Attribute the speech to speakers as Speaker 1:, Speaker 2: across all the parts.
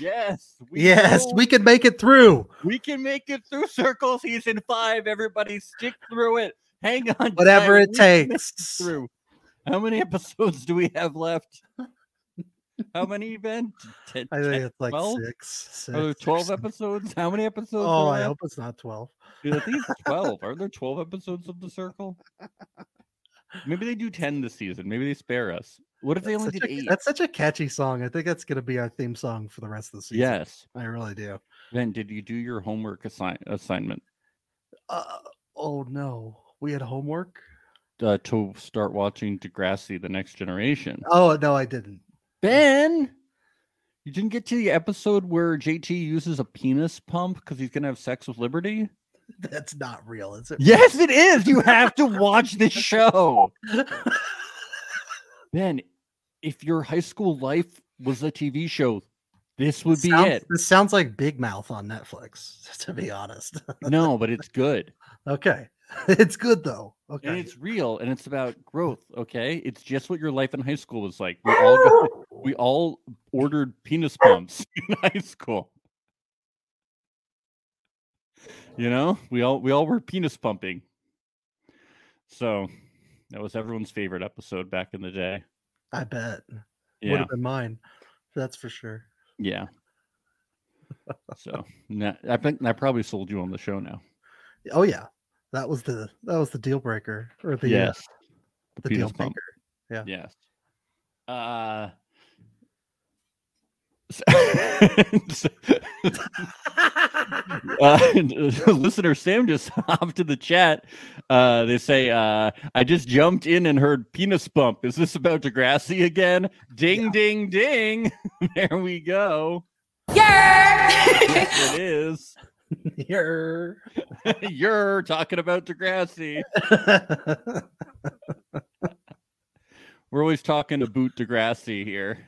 Speaker 1: Yes. we
Speaker 2: Yes,
Speaker 1: know
Speaker 2: we could make it through.
Speaker 1: we can make it through circle season five. Everybody, stick through it. Hang on. tight.
Speaker 2: Whatever it
Speaker 1: We can make
Speaker 2: takes.
Speaker 1: Through. How many episodes do we have left? How many, Ben? Ten,
Speaker 2: I think it's like
Speaker 1: 12?
Speaker 2: six, six.
Speaker 1: Are there
Speaker 2: or
Speaker 1: 12
Speaker 2: something.
Speaker 1: episodes? How many episodes?
Speaker 2: Oh,
Speaker 1: are
Speaker 2: I
Speaker 1: left?
Speaker 2: hope it's not 12.
Speaker 1: Dude, I think it's 12. Are there 12 episodes of The Circle? Maybe they do 10 this season. Maybe they spare us. What if they
Speaker 2: That's
Speaker 1: only
Speaker 2: such,
Speaker 1: did
Speaker 2: a,
Speaker 1: 8?
Speaker 2: that's such a catchy song. I think that's going to be our theme song for the rest of the season.
Speaker 1: Yes.
Speaker 2: I really do.
Speaker 1: Ben, did you do your homework assign- assignment
Speaker 2: Uh, oh, no. We had homework?
Speaker 1: uh, to start watching Degrassi The Next Generation?
Speaker 2: Oh, no, I didn't.
Speaker 1: Ben, you didn't get to the episode where JT uses a penis pump because he's gonna have sex with Liberty.
Speaker 2: That's not real, is it?
Speaker 1: Yes, it is. You have to watch this show, Ben. If your high school life was a TV show, this would be
Speaker 2: Sounds-
Speaker 1: it.
Speaker 2: This sounds like Big Mouth on Netflix, to be honest.
Speaker 1: No, but it's good
Speaker 2: okay. It's good, though.
Speaker 1: and
Speaker 2: Okay.
Speaker 1: it's real and it's about growth. Okay, it's just what your life in high school was like. We all got, we all ordered penis pumps in high school. You know, we all we all were penis pumping. So that was everyone's favorite episode back in the day.
Speaker 2: I bet. Would
Speaker 1: Yeah,
Speaker 2: have been mine. That's for sure.
Speaker 1: yeah. So na- I think I probably sold you on the show now.
Speaker 2: Oh yeah, that was the that was the deal breaker or the uh,
Speaker 1: yes,
Speaker 2: the deal
Speaker 1: penis pump.
Speaker 2: breaker. yeah.
Speaker 1: Yes. Uh. so- uh, listener Sam just hopped to the chat. Uh, they say, uh, I just jumped in and heard penis bump. Is this about Degrassi again? Ding, ding, ding. there we go. Yes, it is.
Speaker 2: Yer.
Speaker 1: You're talking about Degrassi. We're always talking to boot Degrassi here.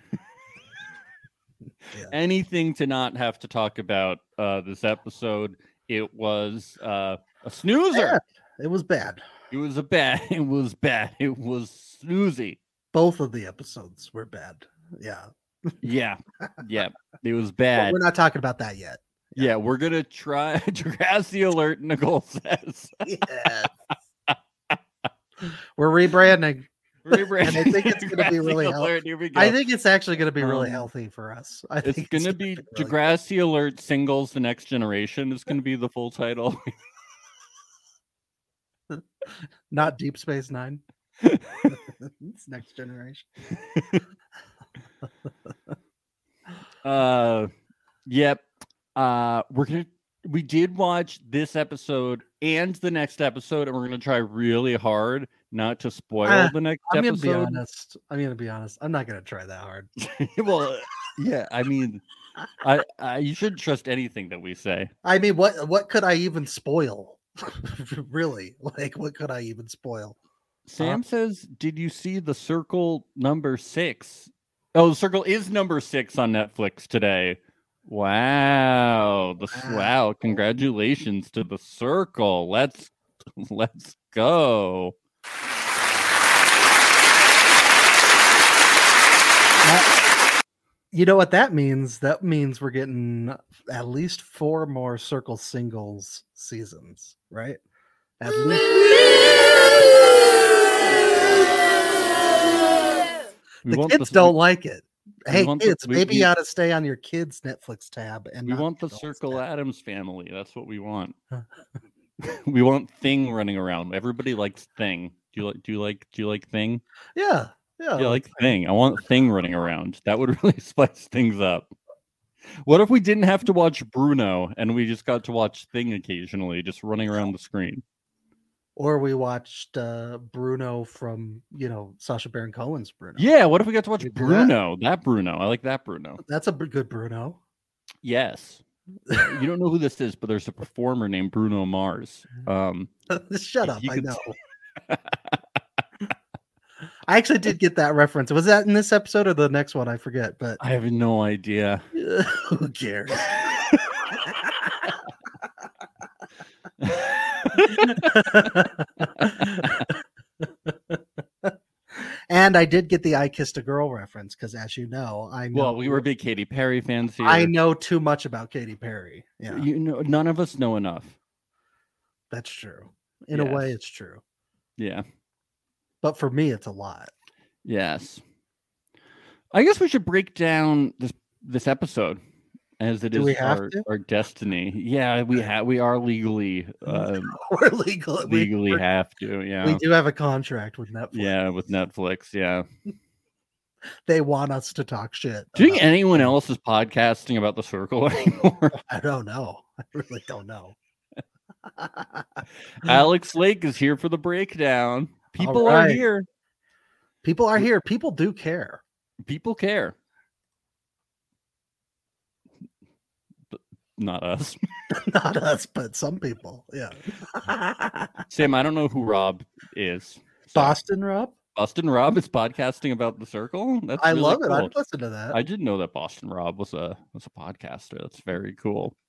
Speaker 2: Yeah.
Speaker 1: Anything to not have to talk about uh, this episode. It was uh, a snoozer.
Speaker 2: Yeah, it was bad.
Speaker 1: It was a bad. It was bad. It was snoozy.
Speaker 2: Both of the episodes were bad. Yeah,
Speaker 1: Yeah, yeah. It was
Speaker 2: but
Speaker 1: bad.
Speaker 2: we're not talking about that yet.
Speaker 1: yeah, we're gonna try Degrassi alert. Nicole says.
Speaker 2: Yes. we're rebranding.
Speaker 1: Rebrand
Speaker 2: I think it's gonna be
Speaker 1: Degrassi
Speaker 2: really helpful.
Speaker 1: alert. Here we go.
Speaker 2: I think it's actually going to be really
Speaker 1: Um,
Speaker 2: healthy for us. I think
Speaker 1: it's gonna be
Speaker 2: really-
Speaker 1: Degrassi alert singles. The next generation is gonna be the full title.
Speaker 2: not Deep Space Nine. it's next generation.
Speaker 1: Uh, yep. Uh, we're gonna we did watch this episode and the next episode, and we're gonna try really hard not to spoil
Speaker 2: Uh,
Speaker 1: the next
Speaker 2: I'm gonna
Speaker 1: episode.
Speaker 2: be honest. I'm gonna be honest. I'm not gonna try that hard.
Speaker 1: well, yeah, I mean, I, I you shouldn't trust anything that we say.
Speaker 2: I mean, what what could I even spoil? really, like what could I even spoil? Uh-huh.
Speaker 1: Sam says, "Did you see the Circle number six? Oh, the Circle is number six on Netflix today. Wow, the wow!
Speaker 2: Wow.
Speaker 1: congratulations to the Circle. Let's let's go.
Speaker 2: You know what that means? That means we're getting at least four more circle singles seasons, right? At
Speaker 1: Mm.
Speaker 2: least
Speaker 1: We
Speaker 2: the
Speaker 1: want
Speaker 2: kids
Speaker 1: cir-
Speaker 2: don't like it.
Speaker 1: we
Speaker 2: Hey,
Speaker 1: want the-
Speaker 2: kids,
Speaker 1: we-
Speaker 2: maybe
Speaker 1: we-
Speaker 2: you ought to stay on your kids' Netflix tab. And
Speaker 1: We
Speaker 2: not
Speaker 1: want the
Speaker 2: adults'
Speaker 1: Circle
Speaker 2: tab.
Speaker 1: Adams family. That's what we want.
Speaker 2: Huh.
Speaker 1: we want Thing running around. Everybody likes Thing. Do you like? Do you like? Do you like Thing?
Speaker 2: Yeah, yeah.
Speaker 1: Yeah, like Thing. I want Thing running around. That would really spice things up. What if we didn't have to watch Bruno and we just got to watch Thing occasionally, just running around the screen?
Speaker 2: or we watched uh, Bruno from you know Sasha Baron Cohen's Bruno.
Speaker 1: Yeah, what if we got to watch
Speaker 2: We do that.
Speaker 1: Bruno? That. Bruno. I like that Bruno.
Speaker 2: that's a b- good Bruno.
Speaker 1: Yes. Uh, you don't know who this is, but there's a performer named Bruno Mars.
Speaker 2: Mm.
Speaker 1: Um,
Speaker 2: Shut up!
Speaker 1: You
Speaker 2: I
Speaker 1: could-
Speaker 2: know. I actually did get that reference. Was that in this episode or the next one? I forget. But
Speaker 1: I have no idea.
Speaker 2: uh, Who cares? and I did get the I Kissed a Girl reference because, as you know, I know,
Speaker 1: Well, we were big Katy Perry fans here.
Speaker 2: I know too much about Katy Perry. Yeah,
Speaker 1: You know, none of us know enough.
Speaker 2: that's true. In a way,
Speaker 1: Yes.
Speaker 2: it's true.
Speaker 1: Yeah.
Speaker 2: But for me, it's a lot.
Speaker 1: Yes. I guess we should break down this this episode as it is
Speaker 2: Do we have
Speaker 1: our,
Speaker 2: to?
Speaker 1: our destiny. Yeah, we have we are legally uh,
Speaker 2: We're legal. we-
Speaker 1: legally
Speaker 2: we're-
Speaker 1: have to.
Speaker 2: we
Speaker 1: Yeah.
Speaker 2: do have a contract with Netflix.
Speaker 1: Yeah, with Netflix. Yeah.
Speaker 2: they want us to talk shit.
Speaker 1: Do you think
Speaker 2: about-
Speaker 1: anyone else is podcasting about the circle anymore?
Speaker 2: I don't know. I really don't know.
Speaker 1: Alex Lake is here for the breakdown. People are
Speaker 2: right.
Speaker 1: here.
Speaker 2: People are here. People do care.
Speaker 1: People care. But not us.
Speaker 2: Not us, but some people. Yeah.
Speaker 1: Sam, I don't know who Rob is. so-
Speaker 2: Boston Rob.
Speaker 1: Boston Rob is podcasting about the circle. That's
Speaker 2: I
Speaker 1: really
Speaker 2: love it.
Speaker 1: cool.
Speaker 2: I'd listen to that.
Speaker 1: I didn't know that Boston Rob was a was a podcaster. That's very cool.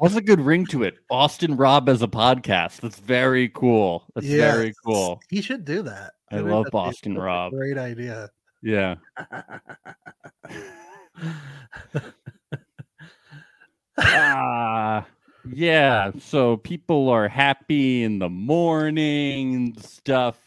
Speaker 1: That's a good ring to it. Boston Rob as a podcast. That's very cool. That's very
Speaker 2: Yes,
Speaker 1: cool.
Speaker 2: He should do that.
Speaker 1: I
Speaker 2: think
Speaker 1: love
Speaker 2: that'd be
Speaker 1: Boston
Speaker 2: such a
Speaker 1: Rob.
Speaker 2: Great idea.
Speaker 1: Yeah. Ah, yeah. So people are happy in the morning and stuff.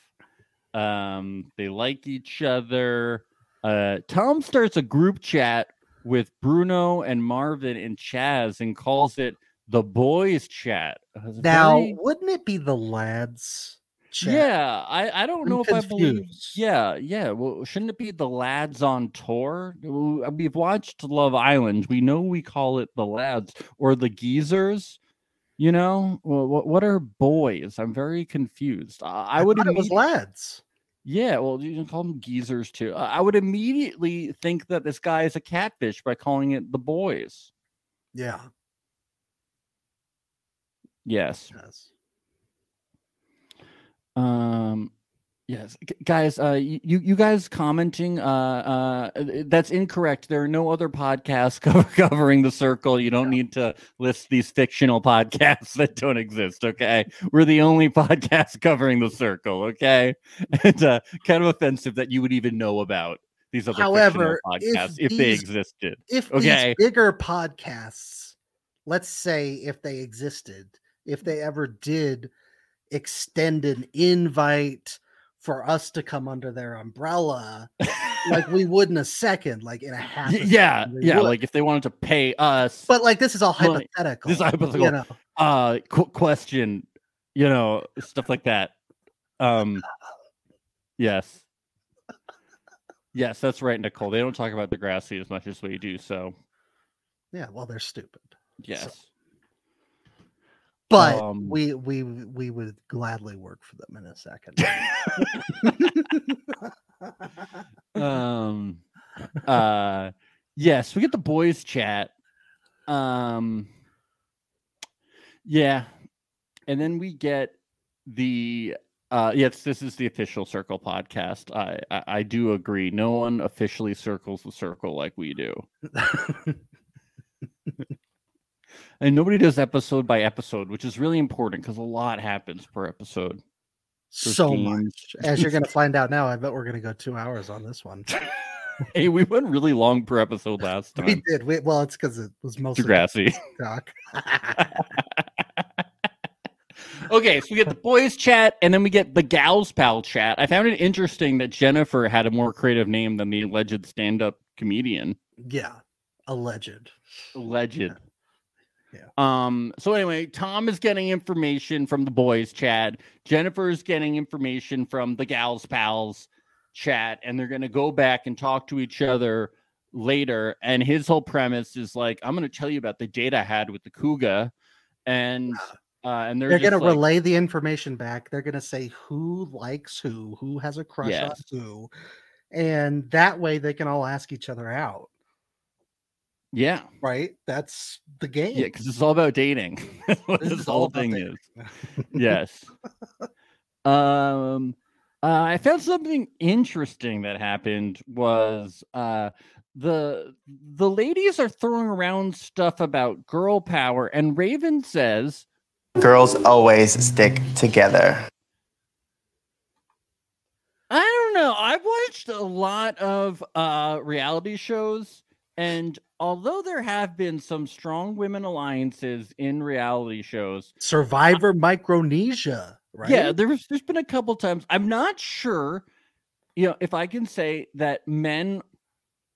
Speaker 1: Um, they like each other. Uh, Tom starts a group chat with Bruno and Marvin and Chaz and calls it the boys chat. Uh, it's
Speaker 2: now,
Speaker 1: very-
Speaker 2: wouldn't it be the lads? chat?
Speaker 1: yeah, I, I don't
Speaker 2: I'm
Speaker 1: know if I believe.
Speaker 2: confused.
Speaker 1: Yeah, yeah. Well, shouldn't it be the lads on tour? W- uh, We've watched Love Island. We know we call it the lads or the geezers. You know, what what are boys? I'm very confused. I, I would
Speaker 2: thought it was
Speaker 1: immedi-
Speaker 2: lads.
Speaker 1: yeah. Well, you can call them geezers too. I I would immediately think that this guy is a catfish by calling it the boys.
Speaker 2: Yeah.
Speaker 1: Yes.
Speaker 2: Yes.
Speaker 1: Um, yes, G- guys. Uh, y- you you guys commenting. Uh, uh, th- that's incorrect. There are no other podcasts co- covering the circle. You don't need to list these fictional podcasts that don't exist. Okay, we're the only podcast covering the circle. Okay, and uh, kind of offensive that you would even know about these other
Speaker 2: However,
Speaker 1: fictional
Speaker 2: if
Speaker 1: podcasts if, they
Speaker 2: these-
Speaker 1: existed.
Speaker 2: If
Speaker 1: Okay.
Speaker 2: these bigger podcasts, let's say if they existed, if they ever did extend an invite for us to come under their umbrella, like we would in a second, like in a half.
Speaker 1: Y-
Speaker 2: a
Speaker 1: yeah,
Speaker 2: second, we
Speaker 1: yeah.
Speaker 2: would.
Speaker 1: Like if they wanted to pay us.
Speaker 2: but like this is all
Speaker 1: Like,
Speaker 2: hypothetical.
Speaker 1: this is hypothetical.
Speaker 2: You know?
Speaker 1: uh qu- question you know stuff like that um yes yes that's right nicole they don't talk about degrassi as much as we do so
Speaker 2: Yeah, well, they're stupid.
Speaker 1: yes
Speaker 2: But
Speaker 1: Um,
Speaker 2: we we we would gladly work for them in a second.
Speaker 1: um uh yes we get the boys chat um yeah and then we get the uh yes this is the official circle podcast i i, I do agree no one officially circles the circle like we do and nobody does episode by episode which is really important because a lot happens per episode
Speaker 2: so much.
Speaker 1: much
Speaker 2: As you're going to find out now, I bet we're going to go two hours on this one.
Speaker 1: hey we went really long per episode last
Speaker 2: We
Speaker 1: time
Speaker 2: did. We, well, it's because it was mostly
Speaker 1: degrassi
Speaker 2: talk.
Speaker 1: Okay, so we get the boys chat and then we get the gals pal chat. I found it interesting that Jennifer had a more creative name than the alleged stand up comedian.
Speaker 2: yeah, alleged.
Speaker 1: Alleged.
Speaker 2: Yeah.
Speaker 1: Um, so anyway, Tom is getting information from the boys chat. Jennifer is getting information from the gals pals chat, and they're gonna go back and talk to each other later. And his whole premise is like, I'm gonna tell you about the date I had with the Cougar, and uh, and they're,
Speaker 2: They're, going
Speaker 1: just
Speaker 2: to
Speaker 1: like,
Speaker 2: relay the information back. They're going to say who likes who, who has a crush
Speaker 1: Yes.
Speaker 2: on who, and that way they can all ask each other out.
Speaker 1: Yeah.
Speaker 2: Right? That's the game.
Speaker 1: Yeah, because it's all about dating. That's what
Speaker 2: This
Speaker 1: this,
Speaker 2: is all
Speaker 1: whole
Speaker 2: about
Speaker 1: thing
Speaker 2: dating.
Speaker 1: is. yes. Um. Uh, I found something interesting that happened was uh, the the ladies are throwing around stuff about girl power, and Raven says,
Speaker 3: Girls always stick together.
Speaker 1: "I don't know. I've watched a lot of uh, reality shows, and although there have been some strong women alliances in reality shows,
Speaker 2: Survivor Micronesia, right?
Speaker 1: Yeah, there's there's been a couple times. I'm not sure, you know, if I can say that men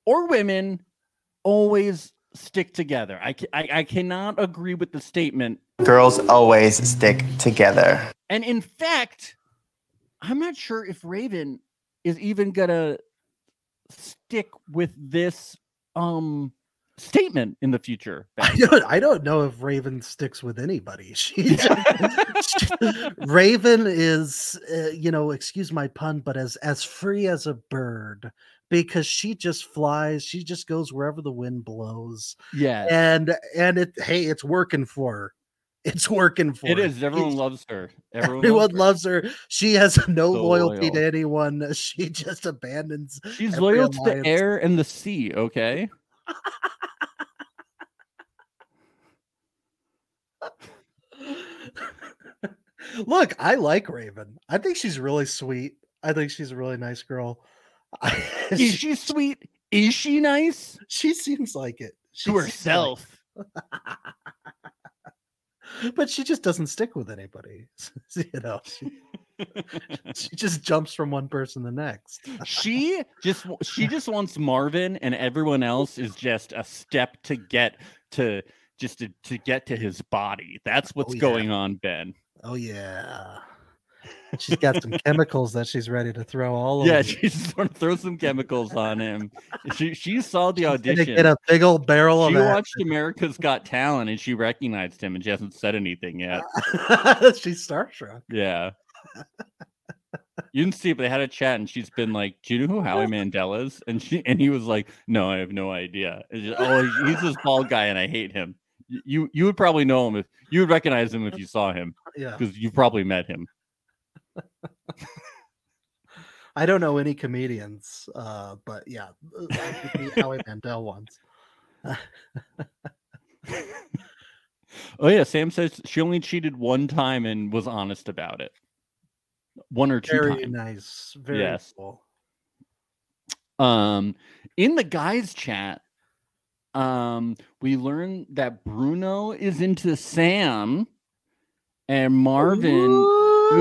Speaker 1: or women always stick together. I ca- I, I cannot agree with the statement.
Speaker 3: Girls always stick together.
Speaker 1: And in fact, I'm not sure if Raven is even gonna stick with this um statement in the future.
Speaker 2: I don't, I don't know if Raven sticks with anybody. She Raven is, uh, you know, excuse my pun, but as as free as a bird because she just flies. She just goes wherever the wind blows,
Speaker 1: yeah.
Speaker 2: and and it hey, it's working for her. It's working for
Speaker 1: It
Speaker 2: her.
Speaker 1: is. Everyone
Speaker 2: She's-
Speaker 1: loves her. Everyone,
Speaker 2: Everyone
Speaker 1: her.
Speaker 2: loves her. She has no
Speaker 1: So
Speaker 2: loyalty to
Speaker 1: loyal.
Speaker 2: anyone. She just abandons.
Speaker 1: She's
Speaker 2: every
Speaker 1: loyal to the
Speaker 2: alliance.
Speaker 1: air and the sea. Okay.
Speaker 2: Look, I like Raven. I think she's really sweet. I think she's a really nice girl.
Speaker 1: Is
Speaker 2: she,
Speaker 1: she sweet? Is she nice?
Speaker 2: she seems like it She
Speaker 1: to
Speaker 2: seems like-
Speaker 1: herself.
Speaker 2: but she just doesn't stick with anybody. you know, she, she just jumps from one person to the next.
Speaker 1: she just w- she just wants Marvin, and everyone else is just a step to get to just to, to get to his body. That's what's
Speaker 2: Oh, yeah.
Speaker 1: going on, Ben.
Speaker 2: Oh yeah. She's got some chemicals that she's ready to throw all over.
Speaker 1: Yeah,
Speaker 2: you.
Speaker 1: she's just want to throw some chemicals on him. She she saw the
Speaker 2: She's gonna
Speaker 1: audition.
Speaker 2: Get a big old barrel
Speaker 1: she
Speaker 2: of that.
Speaker 1: watched America's Got Talent, and she recognized him, and she hasn't said anything yet.
Speaker 2: she's starstruck.
Speaker 1: Yeah. You didn't see, it, but they had a chat, and she's been like, "Do you know who Howie Mandel is?" And she and he was like, "No, I have no idea." And she- oh, he- he's this bald guy, and I hate him. Y- You you would probably know him if you would recognize him if you saw him
Speaker 2: Yeah.
Speaker 1: because you probably met him.
Speaker 2: I don't know any comedians, uh, but yeah, uh, I could be Howie Mandel ones.
Speaker 1: Oh yeah, Sam says she only cheated one time and was honest about it. One or two
Speaker 2: Very
Speaker 1: times.
Speaker 2: nice. Very
Speaker 1: Yes.
Speaker 2: cool.
Speaker 1: Um, in the guys' chat, um, we learned that Bruno is into Sam, and Marvin. Ooh,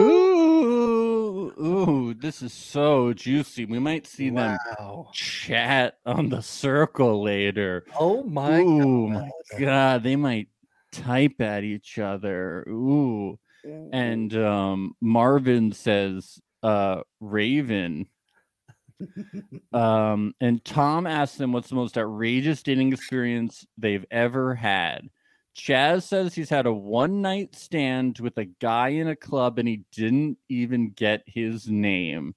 Speaker 1: ooh, this is so juicy. We might see them
Speaker 2: Wow.
Speaker 1: chat on the circle later.
Speaker 2: Oh my
Speaker 1: Ooh, my
Speaker 2: God.
Speaker 1: god, they might type at each other. Ooh. And um, Marvin says, uh, Raven. um, and Tom asks them what's the most outrageous dating experience they've ever had. Chaz says he's had a one night stand with a guy in a club and he didn't even get his name.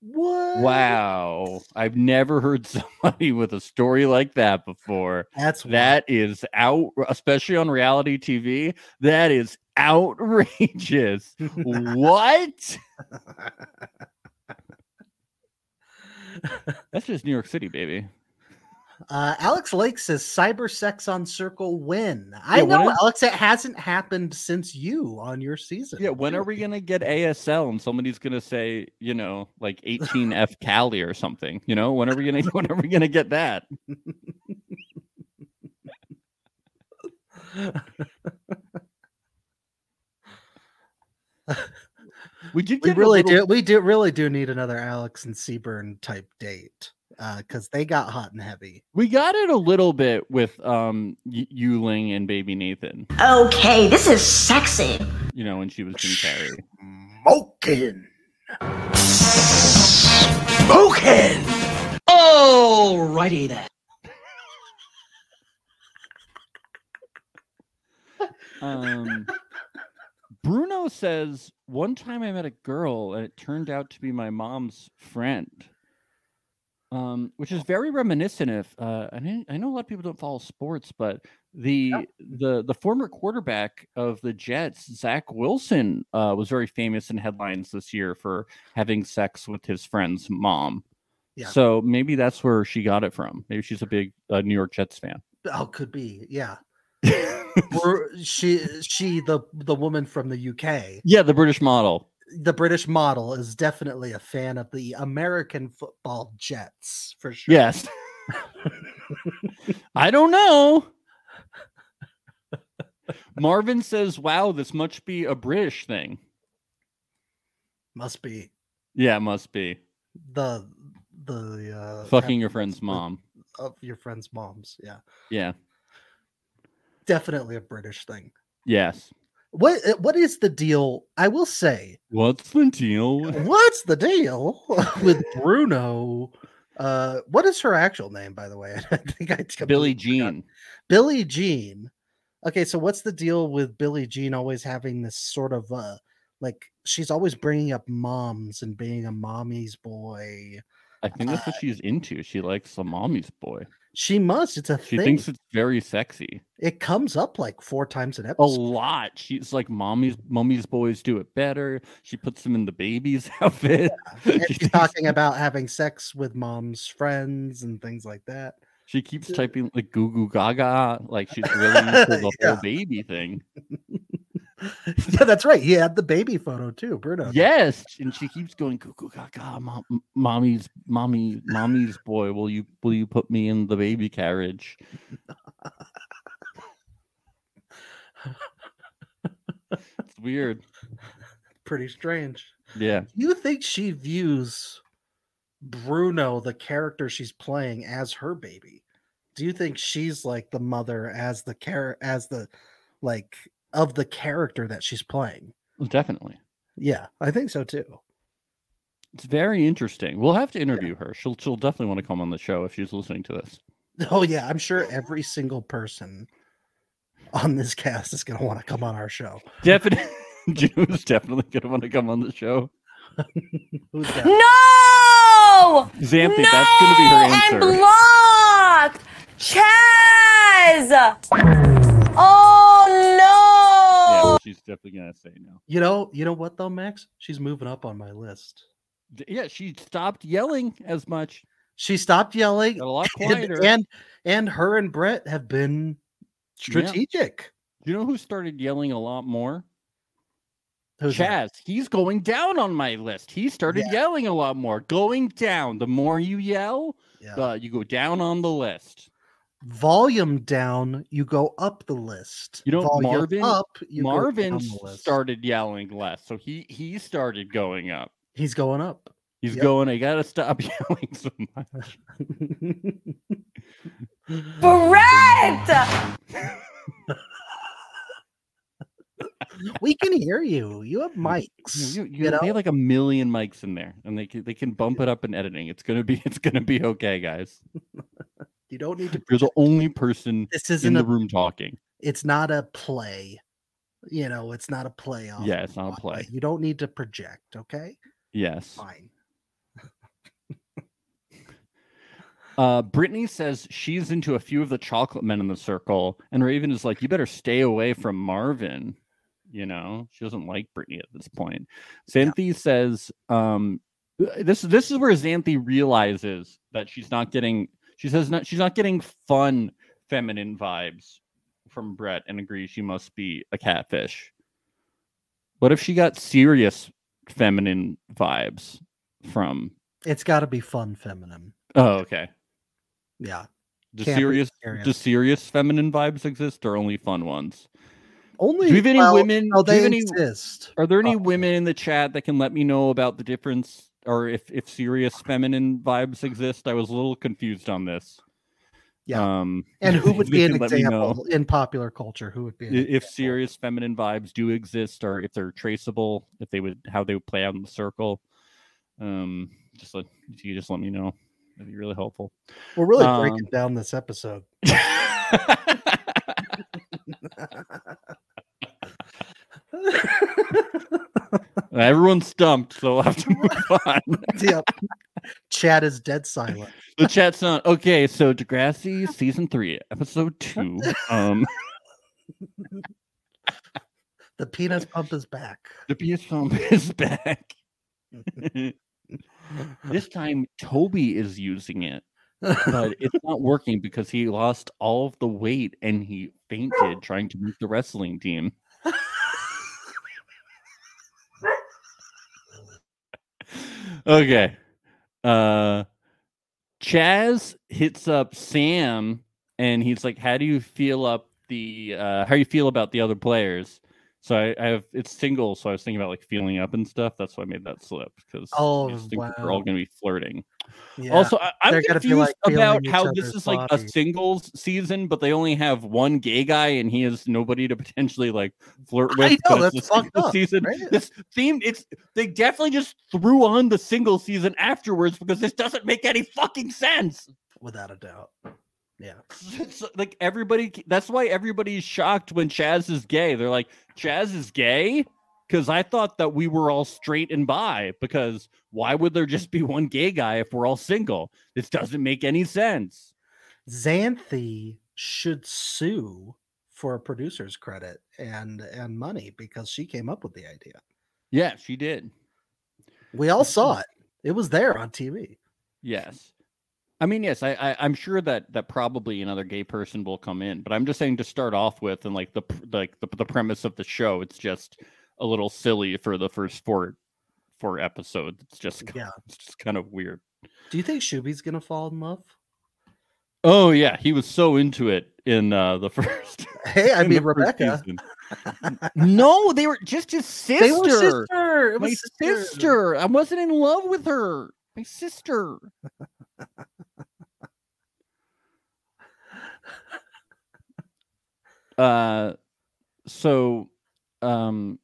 Speaker 2: What?
Speaker 1: Wow. I've never heard somebody with a story like that before.
Speaker 2: That's
Speaker 1: That is out, especially on reality TV. That is outrageous. what?
Speaker 2: wild.
Speaker 1: That's just New York City, baby.
Speaker 2: Uh, Alex Lake says cyber sex on Circle when. I
Speaker 1: Yeah, when
Speaker 2: know
Speaker 1: is-
Speaker 2: Alex, it hasn't happened since you on your season.
Speaker 1: Yeah. When are we gonna get ASL and somebody's gonna say, you know, like 18F Cali or something? You know, when are we gonna when are we gonna get that? We did
Speaker 2: We
Speaker 1: get a
Speaker 2: really
Speaker 1: little-
Speaker 2: do. We do really do need another Alex and Seaburn type date because they got hot and heavy.
Speaker 1: we got it a little bit with um y- Yuling and baby Nathan,
Speaker 4: Okay, this is sexy.
Speaker 1: you know, when she was in Carrie.
Speaker 2: Smoking.
Speaker 5: Smoking! Alrighty then.
Speaker 1: Um, Bruno says, One time I met a girl and it turned out to be my mom's friend. um, which is very reminiscent of. Uh, I, mean, I know a lot of people don't follow sports, but the the the former quarterback of the Jets, Zach Wilson, uh, was very famous in headlines this year for having sex with his friend's mom.
Speaker 2: Yeah.
Speaker 1: So maybe that's where she got it from. Maybe she's a big uh, New York Jets fan.
Speaker 2: Oh, could be. Yeah. Were- she she the the woman from the UK.
Speaker 1: yeah, the British model.
Speaker 2: The British model is definitely a fan of the American football Jets for sure.
Speaker 1: Yes. I don't know. Marvin says, "Wow, this must be a British thing."
Speaker 2: Must be
Speaker 1: Yeah, it must be.
Speaker 2: the the uh
Speaker 1: Fucking your friend's mom.
Speaker 2: of your friends' moms. Yeah.
Speaker 1: Yeah.
Speaker 2: Definitely a British thing.
Speaker 1: Yes.
Speaker 2: What uh, what is the deal? I will say
Speaker 1: What's the deal? with-
Speaker 2: what's the deal with Bruno? Uh, what is her actual name, by the way? I think I completely
Speaker 1: Billie
Speaker 2: forgot.
Speaker 1: Jean.
Speaker 2: Billie Jean. Okay, so what's the deal with Billie Jean always having this sort of uh, like she's always bringing up moms and being a mommy's boy.
Speaker 1: I think that's what she's into. She likes the mommy's boy.
Speaker 2: She must. It's a
Speaker 1: She
Speaker 2: thing.
Speaker 1: thinks it's very sexy.
Speaker 2: it Oh, comes up like four times an
Speaker 1: A
Speaker 2: episode.
Speaker 1: lot. She's like, "Mommy's mommy's boys do it better." She puts them in the baby's outfit.
Speaker 2: and
Speaker 1: She
Speaker 2: she's
Speaker 1: thinks-
Speaker 2: talking about having sex with mom's friends and things like that.
Speaker 1: She keeps typing like "goo goo gaga," like she's really into the
Speaker 2: Yeah.
Speaker 1: whole baby thing.
Speaker 2: yeah, that's right. He had the baby photo too, Bruno.
Speaker 1: Yes, and she keeps going "goo goo gaga." Mom, m- mommy's, mommy, mommy's boy. Will you, will you put me in the baby carriage? it's weird.
Speaker 2: pretty strange.
Speaker 1: Yeah,
Speaker 2: you think she views Bruno, the character she's playing, as her baby? Do you think she's like the mother as the care as the like of the character that she's playing?
Speaker 1: definitely.
Speaker 2: Yeah, I think so too.
Speaker 1: It's very interesting. We'll have to interview her. She'll, she'll definitely want to come on the show if she's listening to this.
Speaker 2: Oh yeah, I'm sure every single person on this cast is gonna want to come on our show.
Speaker 1: Definitely, Jim's definitely gonna want to come on the show.
Speaker 2: Who's that?
Speaker 6: No!
Speaker 1: Xanthi,
Speaker 6: no!
Speaker 1: that's gonna be her answer.
Speaker 6: And blocked! Chaz! Oh no!
Speaker 1: Yeah, she's definitely gonna say no.
Speaker 2: You know, you know what though, Max? She's moving up on my list.
Speaker 1: D- Yeah, she stopped yelling as much.
Speaker 2: She stopped yelling,
Speaker 1: Got a lot
Speaker 2: and,
Speaker 1: quieter.
Speaker 2: and and her and Brett have been strategic.
Speaker 1: you know who started yelling a lot more?
Speaker 2: Who's that?
Speaker 1: Chaz. He's going down on my list. He started yelling a lot more. Going down. The more you yell,
Speaker 2: Yeah.
Speaker 1: uh, you go down on the list.
Speaker 2: Volume down, you go up the list.
Speaker 1: You know,
Speaker 2: Volume
Speaker 1: Marvin-
Speaker 2: up, you go down
Speaker 1: Marvin
Speaker 2: the list.
Speaker 1: started yelling less, so he he started going up.
Speaker 2: He's going up.
Speaker 1: He's
Speaker 2: Yep.
Speaker 1: going. I gotta stop yelling so much.
Speaker 6: Brett!
Speaker 2: we can hear you. You have mics.
Speaker 1: You, you,
Speaker 2: you
Speaker 1: you
Speaker 2: know?
Speaker 1: they have like a million mics in there, and they can, they can bump it up in editing. It's gonna be it's gonna be okay, guys.
Speaker 2: You don't need to.
Speaker 1: You're the only person
Speaker 2: This
Speaker 1: in
Speaker 2: isn't
Speaker 1: the
Speaker 2: a.
Speaker 1: room talking.
Speaker 2: It's not a play. You know, it's not a playoff.
Speaker 1: Yeah, it's not a play.
Speaker 2: You don't need to project. Okay,
Speaker 1: Yes.
Speaker 2: fine.
Speaker 1: Uh, Brittany says she's into a few of the chocolate men in the circle, and Raven is like, "You better stay away from Marvin." You know, she doesn't like Brittany at this point. Xanthi says, um, "This this is where Xanthi realizes that she's not getting." She says, "Not she's not getting fun feminine vibes from Brett," and agrees she must be a catfish. What if she got serious feminine vibes from?
Speaker 2: It's got to be fun, feminine.
Speaker 1: Oh, okay.
Speaker 2: Yeah,
Speaker 1: The
Speaker 2: Can't be
Speaker 1: serious
Speaker 2: serious.
Speaker 1: do serious feminine vibes exist or only fun ones? Do
Speaker 2: only
Speaker 1: you have any
Speaker 2: well,
Speaker 1: women?
Speaker 2: No,
Speaker 1: do you
Speaker 2: they
Speaker 1: have any-
Speaker 2: exist.
Speaker 1: are there any
Speaker 2: Oh.
Speaker 1: women in the chat that can let me know about the difference or if, if serious feminine vibes exist? I was a little confused on this.
Speaker 2: Yeah.
Speaker 1: Um,
Speaker 2: And who
Speaker 1: if
Speaker 2: would
Speaker 1: they
Speaker 2: be an
Speaker 1: can let me know
Speaker 2: example in popular culture? Who would be?
Speaker 1: i-
Speaker 2: An
Speaker 1: If
Speaker 2: example?
Speaker 1: serious feminine vibes do exist or if they're traceable, if they would how they would play out in the circle. Um, just let if you just let me know. That'd be really helpful.
Speaker 2: We're really breaking
Speaker 1: Um,
Speaker 2: down this episode.
Speaker 1: Everyone's stumped, so we'll have to move on.
Speaker 2: yep. Chat is dead silent.
Speaker 1: The chat's on. Okay, so Degrassi season three, episode two. Um,
Speaker 2: The penis pump is back.
Speaker 1: the PS film is back. this time, Toby is using it, but it's not working because he lost all of the weight and he fainted trying to make the wrestling team. okay. Uh Chaz hits up Sam and he's like, How do you feel up the uh how you feel about the other players? So I, I have it's single, so I was thinking about like feeling up and stuff. That's why I made that slip because
Speaker 2: Oh,
Speaker 1: we're all
Speaker 2: wow.
Speaker 1: gonna be flirting.
Speaker 2: Yeah.
Speaker 1: Also, I, I'm
Speaker 2: They're gonna be,
Speaker 1: confused
Speaker 2: like, feeling
Speaker 1: about
Speaker 2: each
Speaker 1: how this
Speaker 2: other's
Speaker 1: is like a
Speaker 2: bodies.
Speaker 1: singles season, but they only have one gay guy, and he has nobody to potentially like flirt with.
Speaker 2: I know,
Speaker 1: but
Speaker 2: that's
Speaker 1: it's a
Speaker 2: fucked
Speaker 1: single
Speaker 2: up,
Speaker 1: Season.
Speaker 2: right?
Speaker 1: This theme, it's they definitely just threw on the single season afterwards because this doesn't make any fucking sense.
Speaker 2: without a doubt. Yeah.
Speaker 1: It's like everybody, that's why everybody's shocked when Chaz is gay. They're like, Chaz is gay. Because I thought that we were all straight and bi. Because why would there just be one gay guy if we're all single? This doesn't make any sense.
Speaker 2: Xanthe should sue for a producer's credit and and money because she came up with the idea.
Speaker 1: Yeah, she did.
Speaker 2: We all
Speaker 1: Mm-hmm.
Speaker 2: saw it. It was there on TV.
Speaker 1: Yes. I mean, yes, I, I I'm sure that that probably another gay person will come in, but I'm just saying to start off with and like the pr- like the, the premise of the show, it's just a little silly for the first four four episodes. It's just ki-
Speaker 2: Yeah.
Speaker 1: it's just kind of weird.
Speaker 2: Do you think Shuby's gonna fall in love?
Speaker 1: Oh yeah, he was so into it in uh the first.
Speaker 2: Hey, I
Speaker 1: in the
Speaker 2: mean
Speaker 1: first
Speaker 2: Rebecca.
Speaker 1: season. no, they were just his sister.
Speaker 2: They were sister. It
Speaker 1: My
Speaker 2: was
Speaker 1: sister. I wasn't in love with her. My sister. uh so um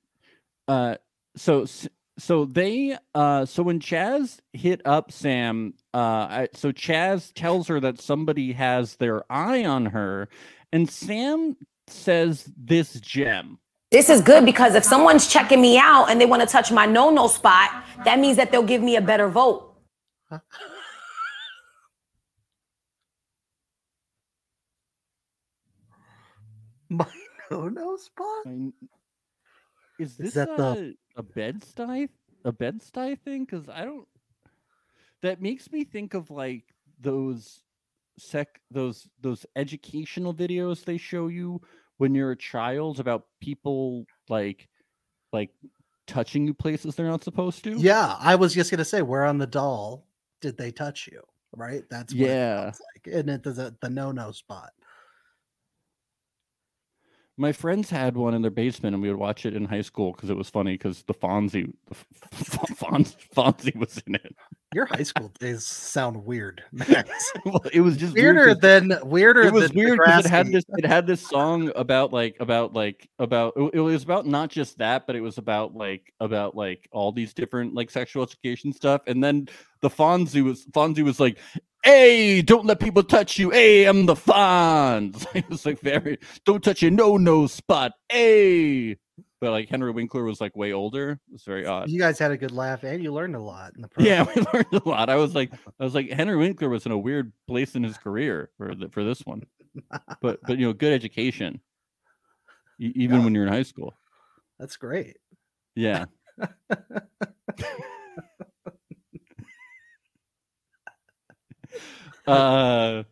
Speaker 1: uh so s- so they uh so when Chaz hit up Sam uh I, so Chaz tells her that somebody has their eye on her and Sam says this gem
Speaker 7: This is good because if someone's checking me out and they want to touch my no no spot, that means that they'll give me a better vote.
Speaker 2: My no no spot.
Speaker 1: I, is this
Speaker 2: that the-
Speaker 1: a, a bed sty a bed sty thing? Because I don't. That makes me think of like those sec those those educational videos they show you when you're a child about people like like touching you places they're not supposed to.
Speaker 2: Yeah, I was just gonna say, where on the doll did they touch you? Right? That's what it
Speaker 1: Yeah.
Speaker 2: sounds like. And it does a- the no no spot.
Speaker 1: My friends had one in their basement, and we would watch it in high school because it was funny because the Fonzie, the F- F- Fonz, Fonzie was in it.
Speaker 2: Your high school days sound weird. Max.
Speaker 1: Well, it was just weird
Speaker 2: weirder
Speaker 1: 'cause-
Speaker 2: than weirder
Speaker 1: it was
Speaker 2: than
Speaker 1: weird because it had
Speaker 2: Degrassi.
Speaker 1: this it had this song about like about like about it, it was about not just that but it was about like about like all these different like sexual education stuff and then the fonzie was fonzie was like hey don't let people touch you hey i'm the fonz it was like very don't touch your no no spot hey but like henry winkler was like way older it was very odd
Speaker 2: You guys had a good laugh and you learned a lot in the process.
Speaker 1: yeah, we learned a lot. I was like, I was like, Henry Winkler was in a weird place in his career for the, for this one, but but you know, good education, e- even when you're in high school.
Speaker 2: That's great.
Speaker 1: Yeah. uh,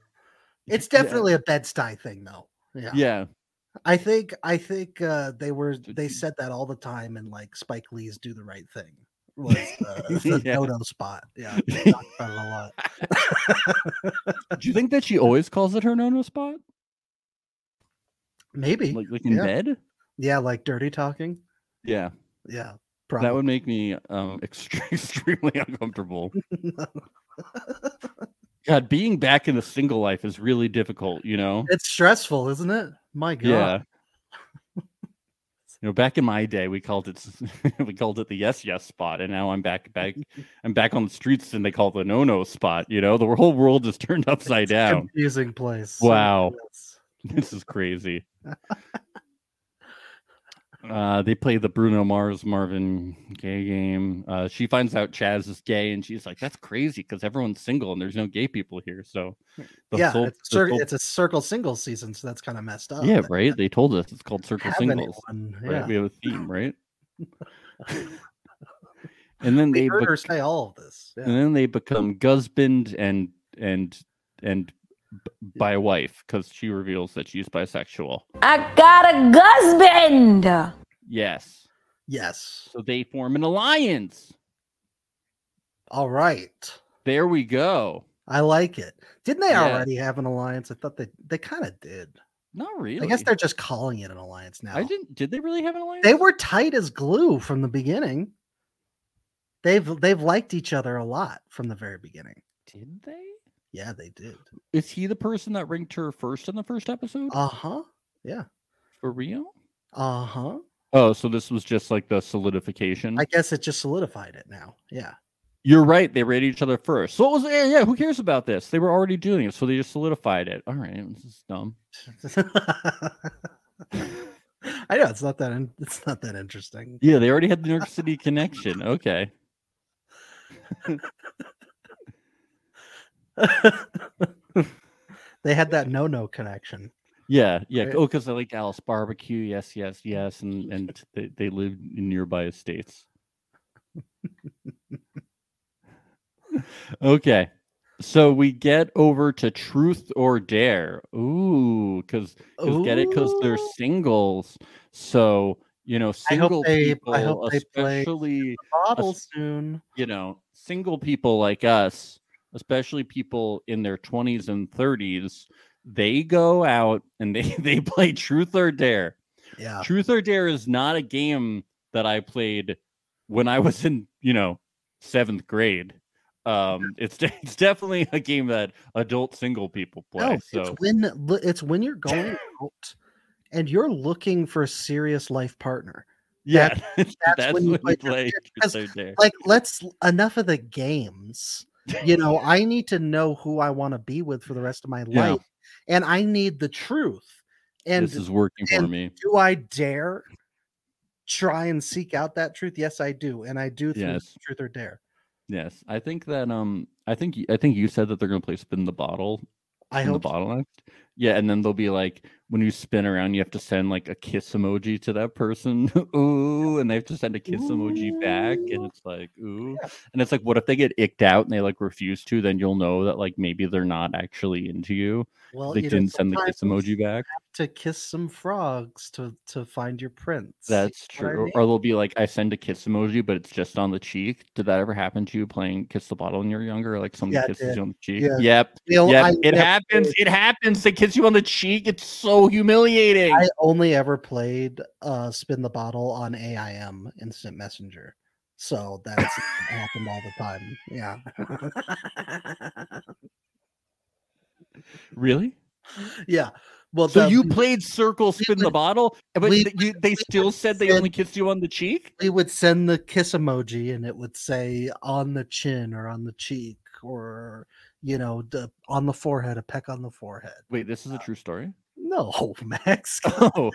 Speaker 2: It's
Speaker 1: Yeah.
Speaker 2: definitely a bed Stuy thing though. Yeah.
Speaker 1: yeah,
Speaker 2: I think I think uh they were
Speaker 1: So
Speaker 2: they
Speaker 1: do-
Speaker 2: said that all the time in like Spike Lee's Do the Right Thing was the, the
Speaker 1: Yeah.
Speaker 2: no-no spot. Yeah. they talked about it a lot.
Speaker 1: do you think that she always calls it her no no spot,
Speaker 2: Maybe.
Speaker 1: like like in
Speaker 2: Yeah.
Speaker 1: bed?
Speaker 2: yeah, like dirty talking.
Speaker 1: Yeah,
Speaker 2: Yeah.
Speaker 1: that
Speaker 2: Probably.
Speaker 1: would make me um extre- extremely uncomfortable. God, being back in the single life is really difficult, you know?
Speaker 2: it's stressful, isn't it? My god.
Speaker 1: Yeah. you know, back in my day we called it s- we called it the yes yes spot and now I'm back back I'm back on the streets and they call it the no no spot, you know? The whole world is turned upside
Speaker 2: It's a
Speaker 1: down.
Speaker 2: Confusing place.
Speaker 1: Wow.
Speaker 2: Yes.
Speaker 1: This is crazy. Uh, they play the Bruno Mars Marvin gay game. Uh, she finds out Chaz is gay, and she's like, "That's crazy because everyone's single and there's no gay people here." So, the
Speaker 2: yeah,
Speaker 1: whole-
Speaker 2: it's,
Speaker 1: the
Speaker 2: cir-
Speaker 1: whole-
Speaker 2: it's uh, a circle single season, so that's kind of messed up.
Speaker 1: yeah,
Speaker 2: that
Speaker 1: right. They told us it's called
Speaker 2: they
Speaker 1: Circle
Speaker 2: have
Speaker 1: Singles.
Speaker 2: anyone,
Speaker 1: Right,
Speaker 2: Yeah.
Speaker 1: we have a theme, right? and then
Speaker 2: We
Speaker 1: they
Speaker 2: heard
Speaker 1: bec-
Speaker 2: her say all of this. Yeah.
Speaker 1: and then they become husband and and and b- by wife because she reveals that she's bisexual.
Speaker 6: I got a husband.
Speaker 1: Yes.
Speaker 2: Yes.
Speaker 1: So they form an alliance.
Speaker 2: All right.
Speaker 1: There we go.
Speaker 2: I like it. Didn't they
Speaker 1: Yeah.
Speaker 2: already have an alliance? I thought they they kind of did.
Speaker 1: Not really.
Speaker 2: I guess they're just calling it an alliance now.
Speaker 1: I didn't. Did they really have an alliance?
Speaker 2: They were tight as glue from the beginning. They've they've liked each other a lot from the very beginning.
Speaker 1: Did they?
Speaker 2: Yeah, they did.
Speaker 1: Is he the person that ranked her first in the first episode
Speaker 2: Uh huh.
Speaker 1: for real?
Speaker 2: Uh huh.
Speaker 1: Oh, so this was just like the solidification.
Speaker 2: I guess it just solidified it now. Yeah.
Speaker 1: You're right. They rated each other first. So it was. Yeah, yeah. Who cares about this? They were already doing it, so they just solidified it. All right. This is dumb.
Speaker 2: I know it's not that in, it's not that interesting.
Speaker 1: Yeah, they already had the New York City connection. Okay.
Speaker 2: they had that no no connection.
Speaker 1: Yeah, yeah.
Speaker 2: Right.
Speaker 1: Oh, because I liked Alice Barbecue. Yes, yes, yes. And and they, they lived in nearby estates. okay, so we get over to Truth or Dare. Ooh, because get it because they're
Speaker 2: Ooh.
Speaker 1: singles. So you know,
Speaker 2: I hope
Speaker 1: single
Speaker 2: they- I
Speaker 1: people,
Speaker 2: hope they play-
Speaker 1: especially
Speaker 2: bottle soon.
Speaker 1: you know, single people like us, especially people in their 20s and 30s, they go out and they, they play Truth or Dare.
Speaker 2: Yeah.
Speaker 1: Truth or Dare is not a game that I played when I was in, you know, seventh grade. Um, it's, de- it's definitely a game that adult single people play.
Speaker 2: No,
Speaker 1: so,
Speaker 2: Oh, it's when li- it's when you're going out and you're looking for a serious life partner.
Speaker 1: yeah,
Speaker 2: that's- when
Speaker 1: that's, when
Speaker 2: you
Speaker 1: you
Speaker 2: play Truth
Speaker 1: play,
Speaker 2: or
Speaker 1: Truth or Dare.
Speaker 2: Like, let's enough of the games. You know, I need to know who I want to be with for the rest of my
Speaker 1: Yeah.
Speaker 2: life, and I need the truth. And
Speaker 1: this is working for
Speaker 2: and-
Speaker 1: me.
Speaker 2: do I dare try and seek out that truth? Yes, I do, and I do through
Speaker 1: Yes.
Speaker 2: truth or dare.
Speaker 1: Yes, I think that um, I think y- I think you said that they're gonna play spin the bottle
Speaker 2: I
Speaker 1: in the
Speaker 2: hope. so.
Speaker 1: bottle next. Yeah, and then they'll be like, when you spin around, you have to send like a kiss emoji to that person. ooh, and they have to send a kiss emoji back, and it's like, ooh, and it's like, what if they get icked out and they like refuse to? Then you'll know that like maybe they're not actually into you.
Speaker 2: Well,
Speaker 1: they
Speaker 2: you know,
Speaker 1: didn't send the kiss
Speaker 2: sometimes
Speaker 1: emoji back.
Speaker 2: to kiss some frogs to to find your prince.
Speaker 1: That's
Speaker 2: what I
Speaker 1: true. Or-
Speaker 2: mean?
Speaker 1: Or they'll be like, I send a kiss emoji, but it's just on the cheek. Did that ever happen to you playing kiss the bottle when you were younger? Like someone
Speaker 2: Yeah, it
Speaker 1: kisses
Speaker 2: did.
Speaker 1: you on the cheek.
Speaker 2: Yeah.
Speaker 1: Yep.
Speaker 2: You know,
Speaker 1: yep.
Speaker 2: I
Speaker 1: it
Speaker 2: never
Speaker 1: happens. It happens. They kiss you on the cheek. It's so humiliating.
Speaker 2: I only ever played uh spin the bottle on AIM instant messenger. So that's happened all the time. Yeah.
Speaker 1: really?
Speaker 2: yeah. Well
Speaker 1: So
Speaker 2: the-
Speaker 1: you played circle spin the
Speaker 2: would-
Speaker 1: bottle, but
Speaker 2: we
Speaker 1: th- you, they
Speaker 2: would
Speaker 1: still said they
Speaker 2: send-
Speaker 1: only kissed you on the cheek.
Speaker 2: we would send the kiss emoji and it would say on the chin or on the cheek or you know the, on the forehead a peck on the forehead.
Speaker 1: Wait, this is a true story.
Speaker 2: No, Max.
Speaker 1: Oh,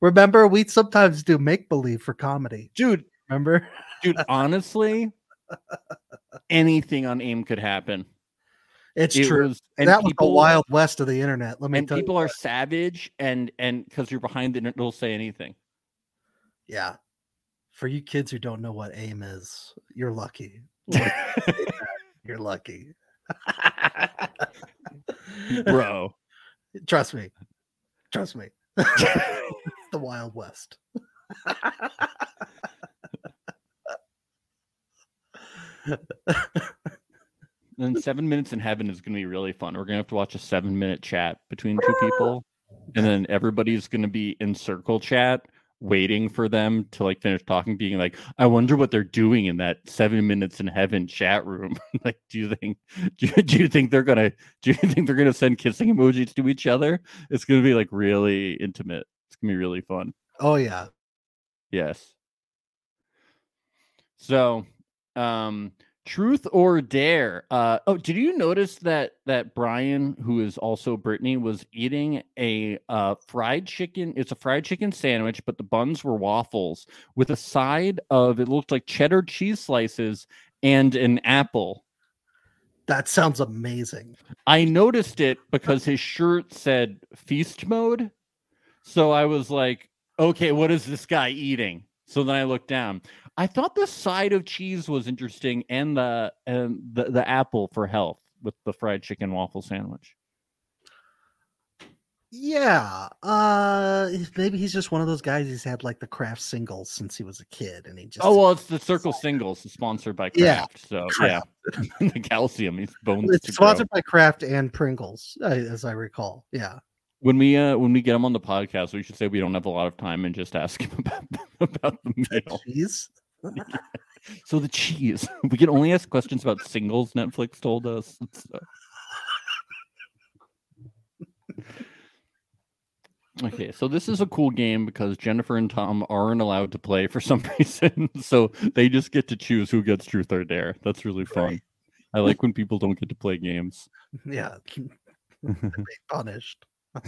Speaker 2: Remember we sometimes do make believe for comedy.
Speaker 1: dude,
Speaker 2: Remember?
Speaker 1: dude, honestly, anything on AIM could happen.
Speaker 2: It's
Speaker 1: It
Speaker 2: true.
Speaker 1: was- and
Speaker 2: That was the
Speaker 1: people-
Speaker 2: wild west of the internet. Let me
Speaker 1: and
Speaker 2: tell you.
Speaker 1: people are savage and and because you're behind the internet they'll say anything
Speaker 2: Yeah. For you kids who don't know what aim is, you're lucky. You're lucky.
Speaker 1: bro
Speaker 2: Trust me. Trust me. the Wild West.
Speaker 1: then seven minutes in heaven is going to be really fun we're going to have to watch a seven minute chat between two people and then everybody's going to be in circle chat waiting for them to like finish talking being like i wonder what they're doing in that seven minutes in heaven chat room like do you think do you, do you think they're gonna do you think they're gonna send kissing emojis to each other it's gonna be like really intimate it's gonna be really fun
Speaker 2: Oh yeah.
Speaker 1: Yes. So, um, Truth or dare? Uh, oh, did you notice that that Brian, who is also Brittany, was eating a uh, fried chicken? It's a fried chicken sandwich, but the buns were waffles with a side of it looked like cheddar cheese slices and an apple.
Speaker 2: That sounds amazing.
Speaker 1: I noticed it because his shirt said feast mode. So I was like, okay, what is this guy eating? So then I looked down. I thought the side of cheese was interesting and the and the, the apple for health with the fried chicken waffle sandwich.
Speaker 2: Yeah. Uh maybe he's just one of those guys who's had like the craft singles since he was a kid and he just
Speaker 1: Oh well, it's the Circle Singles it's sponsored by
Speaker 2: Yeah,
Speaker 1: Kraft. So yeah, the calcium, he's bones. to
Speaker 2: it's
Speaker 1: grow.
Speaker 2: sponsored by Kraft and Pringles, uh, as I recall. Yeah.
Speaker 1: When we uh, when we get him on the podcast, we should say we don't have a lot of time and just ask him about about the meal.
Speaker 2: Cheese.
Speaker 1: So the cheese. We can only ask questions about singles. Netflix told us. So- Okay, so this is a cool game because Jennifer and Tom aren't allowed to play for some reason, so they just get to choose who gets truth or dare. That's really fun. I like when people don't get to play games.
Speaker 2: Yeah. They punished.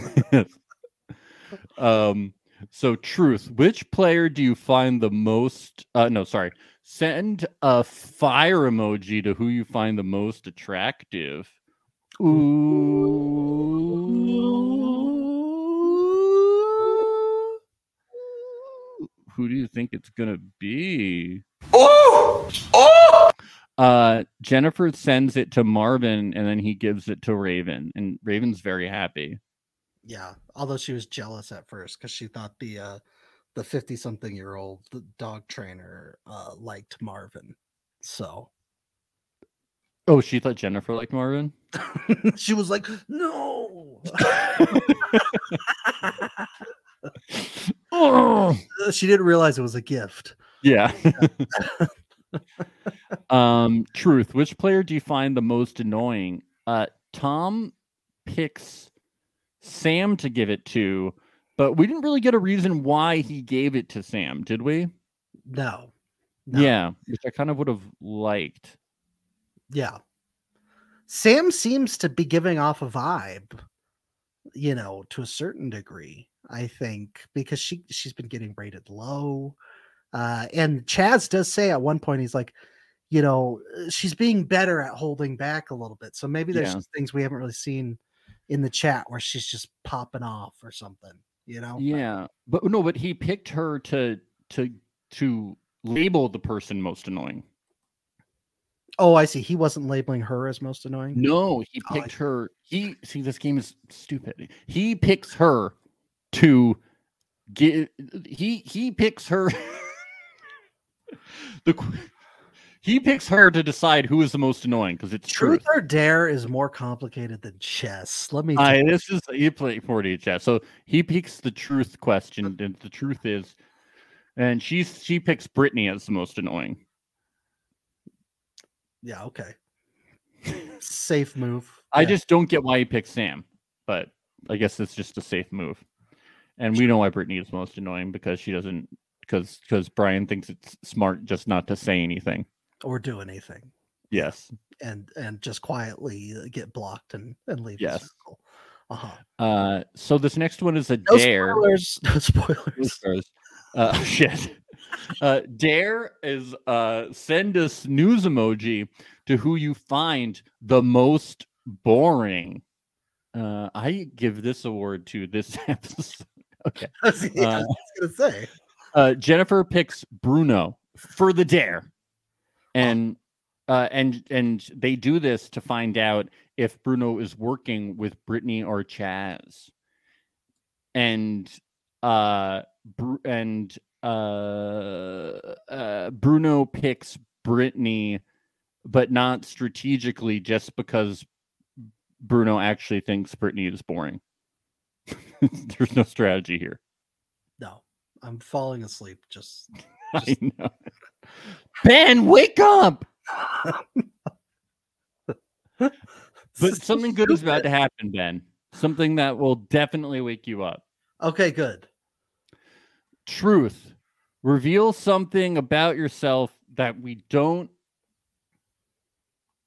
Speaker 1: um, so truth. Which player do you find the most? Uh, no, sorry. Send a fire emoji to who you find the most attractive. Ooh. Who do you think it's gonna be?
Speaker 5: Oh! Oh!
Speaker 1: Uh, Jennifer sends it to Marvin, and then he gives it to Raven, and Raven's very happy.
Speaker 2: Yeah. Although she was jealous at first because she thought the uh the fifty something year old dog trainer uh liked Marvin. So
Speaker 1: Oh, she thought Jennifer liked Marvin.
Speaker 2: she was like, No.
Speaker 1: Oh.
Speaker 2: she didn't realize it was a gift.
Speaker 1: Yeah. um, truth. Which player do you find the most annoying? Uh, Tom picks Sam to give it to, but we didn't really get a reason why he gave it to Sam, did we?
Speaker 2: No. No.
Speaker 1: Yeah, which I kind of would have liked.
Speaker 2: Yeah. Sam seems to be giving off a vibe, you know, to a certain degree, I think, because she she's been getting rated low. Uh and Chaz does say at one point he's like, you know, uh, she's being better at holding back a little bit. So maybe there's
Speaker 1: Yeah.
Speaker 2: just things we haven't really seen in the chat where she's just popping off or something, you know?
Speaker 1: Yeah, but no, but he picked her to to to label the person most annoying.
Speaker 2: Oh, I see. He wasn't labeling her as most annoying.
Speaker 1: No, he
Speaker 2: Oh, I
Speaker 1: picked her. He see this game is stupid. He picks her to get. He he picks her. the qu- he picks her to decide who is the most annoying because it's
Speaker 2: Truth
Speaker 1: truth.
Speaker 2: or dare is more complicated than chess. Let me
Speaker 1: I this is you play 40 chat. So he picks the truth question, and the truth is, and she's she picks Brittany as the most annoying.
Speaker 2: Yeah, okay. Safe move.
Speaker 1: I
Speaker 2: Yeah.
Speaker 1: just don't get why he picked Sam, but I guess it's just a safe move. And we know why Brittany is most annoying because she doesn't because because Brian thinks it's smart just not to say anything.
Speaker 2: or do anything
Speaker 1: Yes.
Speaker 2: and and just quietly uh, get blocked and and leave. the
Speaker 1: Yes.
Speaker 2: circle. Uh-huh.
Speaker 1: Uh, so this next one is a
Speaker 2: No
Speaker 1: dare.
Speaker 2: spoilers. No spoilers.
Speaker 1: Spoilers. Uh, shit. Uh, dare is uh, send a snooze emoji to who you find the most boring. Uh, I give this award to this episode. Okay.
Speaker 2: yeah, I
Speaker 1: Uh,
Speaker 2: was gonna say.
Speaker 1: uh, Jennifer picks Bruno for the dare, and uh, and and they do this to find out if Bruno is working with Brittany or Chaz, and uh, Bru- and uh, uh, Bruno picks Brittany, but not strategically, just because Bruno actually thinks Brittany is boring. There's no strategy here.
Speaker 2: No. I'm falling asleep. Just
Speaker 1: I know. Ben, wake up! But something good is about to happen, Ben. Something that will definitely wake you up.
Speaker 2: Okay, good.
Speaker 1: Truth. Reveal something about yourself that we don't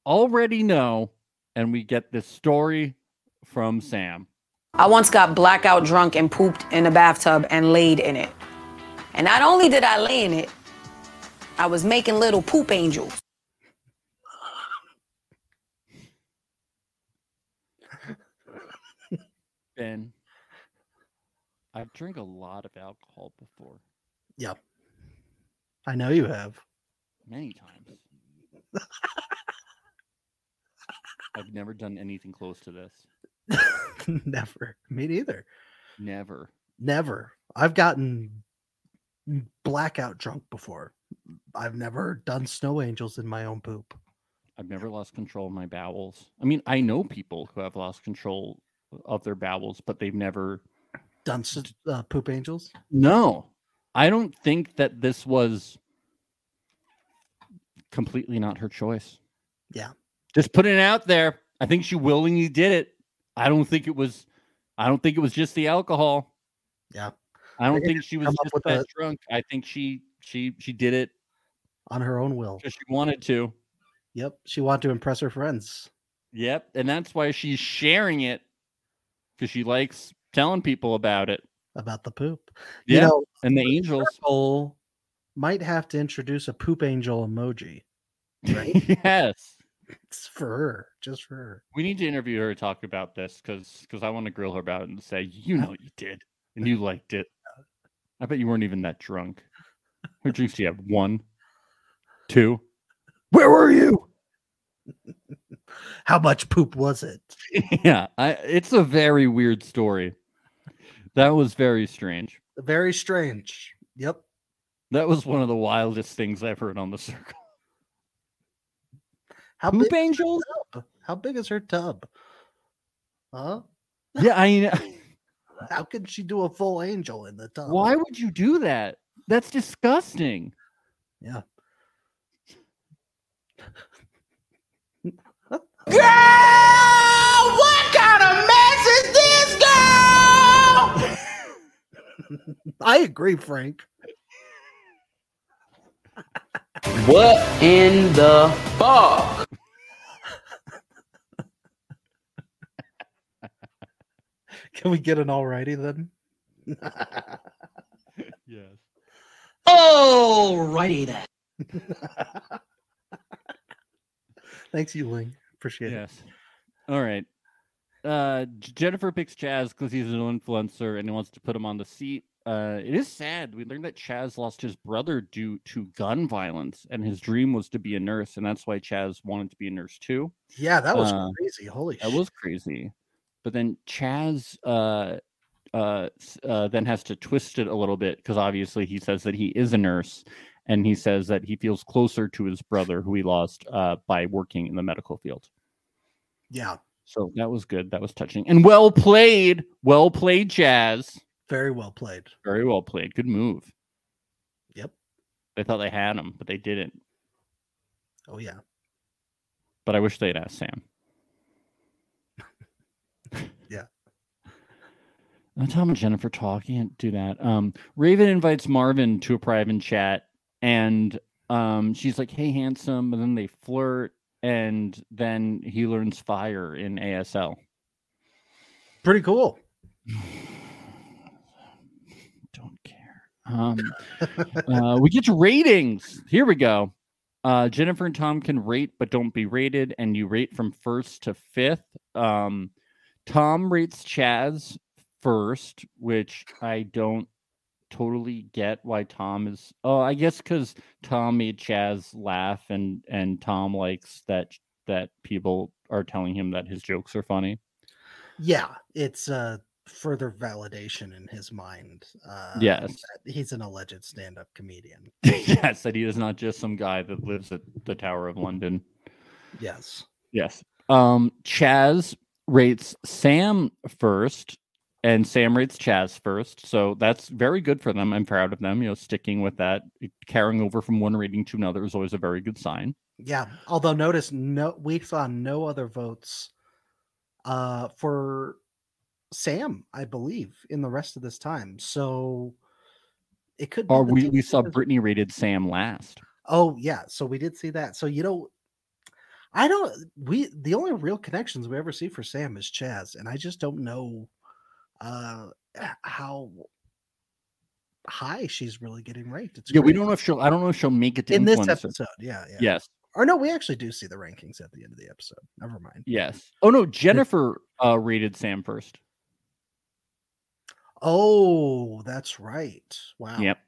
Speaker 1: already know, and we get this story from Sam.
Speaker 7: I once got blackout drunk and pooped in a bathtub and laid in it. And not only did I lay in it, I was making little poop angels.
Speaker 1: Ben, I've drank a lot of alcohol before,
Speaker 2: Yep. I know you have.
Speaker 1: many times. I've never done anything close to this.
Speaker 2: Never. Me neither.
Speaker 1: Never.
Speaker 2: Never. I've gotten blackout drunk before. I've never done snow angels in my own poop.
Speaker 1: I've never lost control of my bowels. I mean, I know people who have lost control of their bowels, but they've never
Speaker 2: Done s- uh, poop angels?
Speaker 1: No, I don't think that this was completely not her choice.
Speaker 2: Yeah.
Speaker 1: Just putting it out there. I think she willingly did it. I don't think it was I don't think it was just the alcohol.
Speaker 2: Yeah.
Speaker 1: I don't
Speaker 2: didn't
Speaker 1: think she was
Speaker 2: come up
Speaker 1: just
Speaker 2: with
Speaker 1: that
Speaker 2: a-
Speaker 1: drunk. I think she she she did it
Speaker 2: On her own will.
Speaker 1: because she wanted to.
Speaker 2: Yep. She wanted to impress her friends.
Speaker 1: Yep. And that's why she's sharing it because she likes telling people about it.
Speaker 2: about the poop.
Speaker 1: Yeah.
Speaker 2: You know,
Speaker 1: and the angels.
Speaker 2: Circle might have to introduce a poop angel emoji.
Speaker 1: yes.
Speaker 2: It's for her, just for her.
Speaker 1: We need to interview her to talk about this because because I want to grill her about it and say, you know, you did and you liked it. I bet you weren't even that drunk. How many drinks do you have? One, two. Where were you?
Speaker 2: How much poop was it?
Speaker 1: yeah, I, it's a very weird story. That was very strange.
Speaker 2: Very strange. Yep.
Speaker 1: That was one of the wildest things I've heard on the circle.
Speaker 2: How big,
Speaker 1: Poop angels?
Speaker 2: tub? How big is her tub? Huh?
Speaker 1: Yeah, I. kn-
Speaker 2: How can she do a full angel in the tub?
Speaker 1: Why would you do that? That's disgusting.
Speaker 5: Girl, what kind of mess is this, girl?
Speaker 2: I agree, Frank.
Speaker 5: What in the fuck?
Speaker 2: Can we get an alrighty then?
Speaker 1: Yes.
Speaker 5: Alrighty then.
Speaker 2: Thanks, you Ling. Appreciate it.
Speaker 1: Yes. All right. Uh, J- Jennifer picks Chaz because he's an influencer and he wants to put him on the seat. Uh, it is sad. We learned that Chaz lost his brother due to gun violence, and his dream was to be a nurse, and that's why Chaz wanted to be a nurse too.
Speaker 2: Yeah, that was
Speaker 1: Uh,
Speaker 2: crazy. Holy
Speaker 1: That
Speaker 2: shit.
Speaker 1: was crazy. But then Chaz uh, uh, s- uh, then has to twist it a little bit because obviously he says that he is a nurse and he says that he feels closer to his brother who he lost uh, by working in the medical field.
Speaker 2: yeah,
Speaker 1: So that was good. That was touching and well played. Well played, Jazz.
Speaker 2: very well played.
Speaker 1: Very well played. Good move.
Speaker 2: Yep.
Speaker 1: They thought they had him, but they didn't.
Speaker 2: Oh yeah.
Speaker 1: But I wish they'd asked Sam.
Speaker 2: Yeah.
Speaker 1: Uh, Tom and Jennifer talk. You can't do that. Um, Raven invites Marvin to a private chat, and um, she's like, "Hey, handsome," and then they flirt, and then he learns fire in ASL.
Speaker 2: Pretty cool.
Speaker 1: Don't care. Um, uh, we get to ratings. Here we go. Uh, Jennifer and Tom can rate, but don't be rated, and you rate from first to fifth. Um, Tom rates Chaz first, which I don't totally get why Tom is. Oh, I guess because Tom made Chaz laugh, and and Tom likes that that people are telling him that his jokes are funny.
Speaker 2: yeah it's uh further validation in his mind uh
Speaker 1: yes.
Speaker 2: that he's an alleged stand-up comedian
Speaker 1: yes, that he is not just some guy that lives at the Tower of London.
Speaker 2: yes
Speaker 1: Yes. Um, Chaz rates Sam first, and Sam rates Chaz first. So that's very good for them. I'm proud of them. You know, sticking with that, carrying over from one rating to another is always a very good sign.
Speaker 2: yeah although notice no we saw no other votes uh for sam i believe in the rest of this time so it could be
Speaker 1: Or
Speaker 2: the
Speaker 1: Uh, we,
Speaker 2: same
Speaker 1: we saw
Speaker 2: because-
Speaker 1: Brittany rated Sam last.
Speaker 2: oh yeah so we did see that so you know I don't we the only real connections we ever see for Sam is Chaz, and I just don't know uh h- how high she's really getting ranked. It's
Speaker 1: Yeah, we
Speaker 2: crazy.
Speaker 1: don't know if she'll. I don't know if she'll make it to
Speaker 2: in this
Speaker 1: influencer.
Speaker 2: episode. Yeah, yeah.
Speaker 1: Yes,
Speaker 2: Or no, we actually do see the rankings at the end of the episode. Never mind.
Speaker 1: yes. Oh no, Jennifer uh, rated Sam first.
Speaker 2: Oh, that's right. Wow.
Speaker 1: Yep.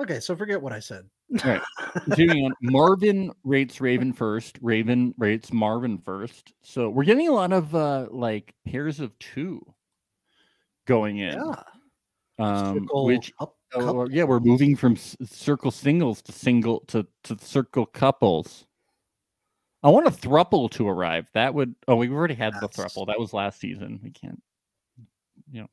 Speaker 2: Okay, so forget what I said.
Speaker 1: Right. Continuing on, Marvin rates Raven first. Raven rates Marvin first. So we're getting a lot of uh, like pairs of two going in.
Speaker 2: Yeah.
Speaker 1: Um,
Speaker 2: Circle
Speaker 1: which
Speaker 2: up-
Speaker 1: oh,
Speaker 2: couple.
Speaker 1: or- yeah, we're moving from s- circle singles to single to to circle couples. I want a thruple to arrive. That would oh, we've already had the
Speaker 2: That's-
Speaker 1: thruple. That was last season. We can't, you know.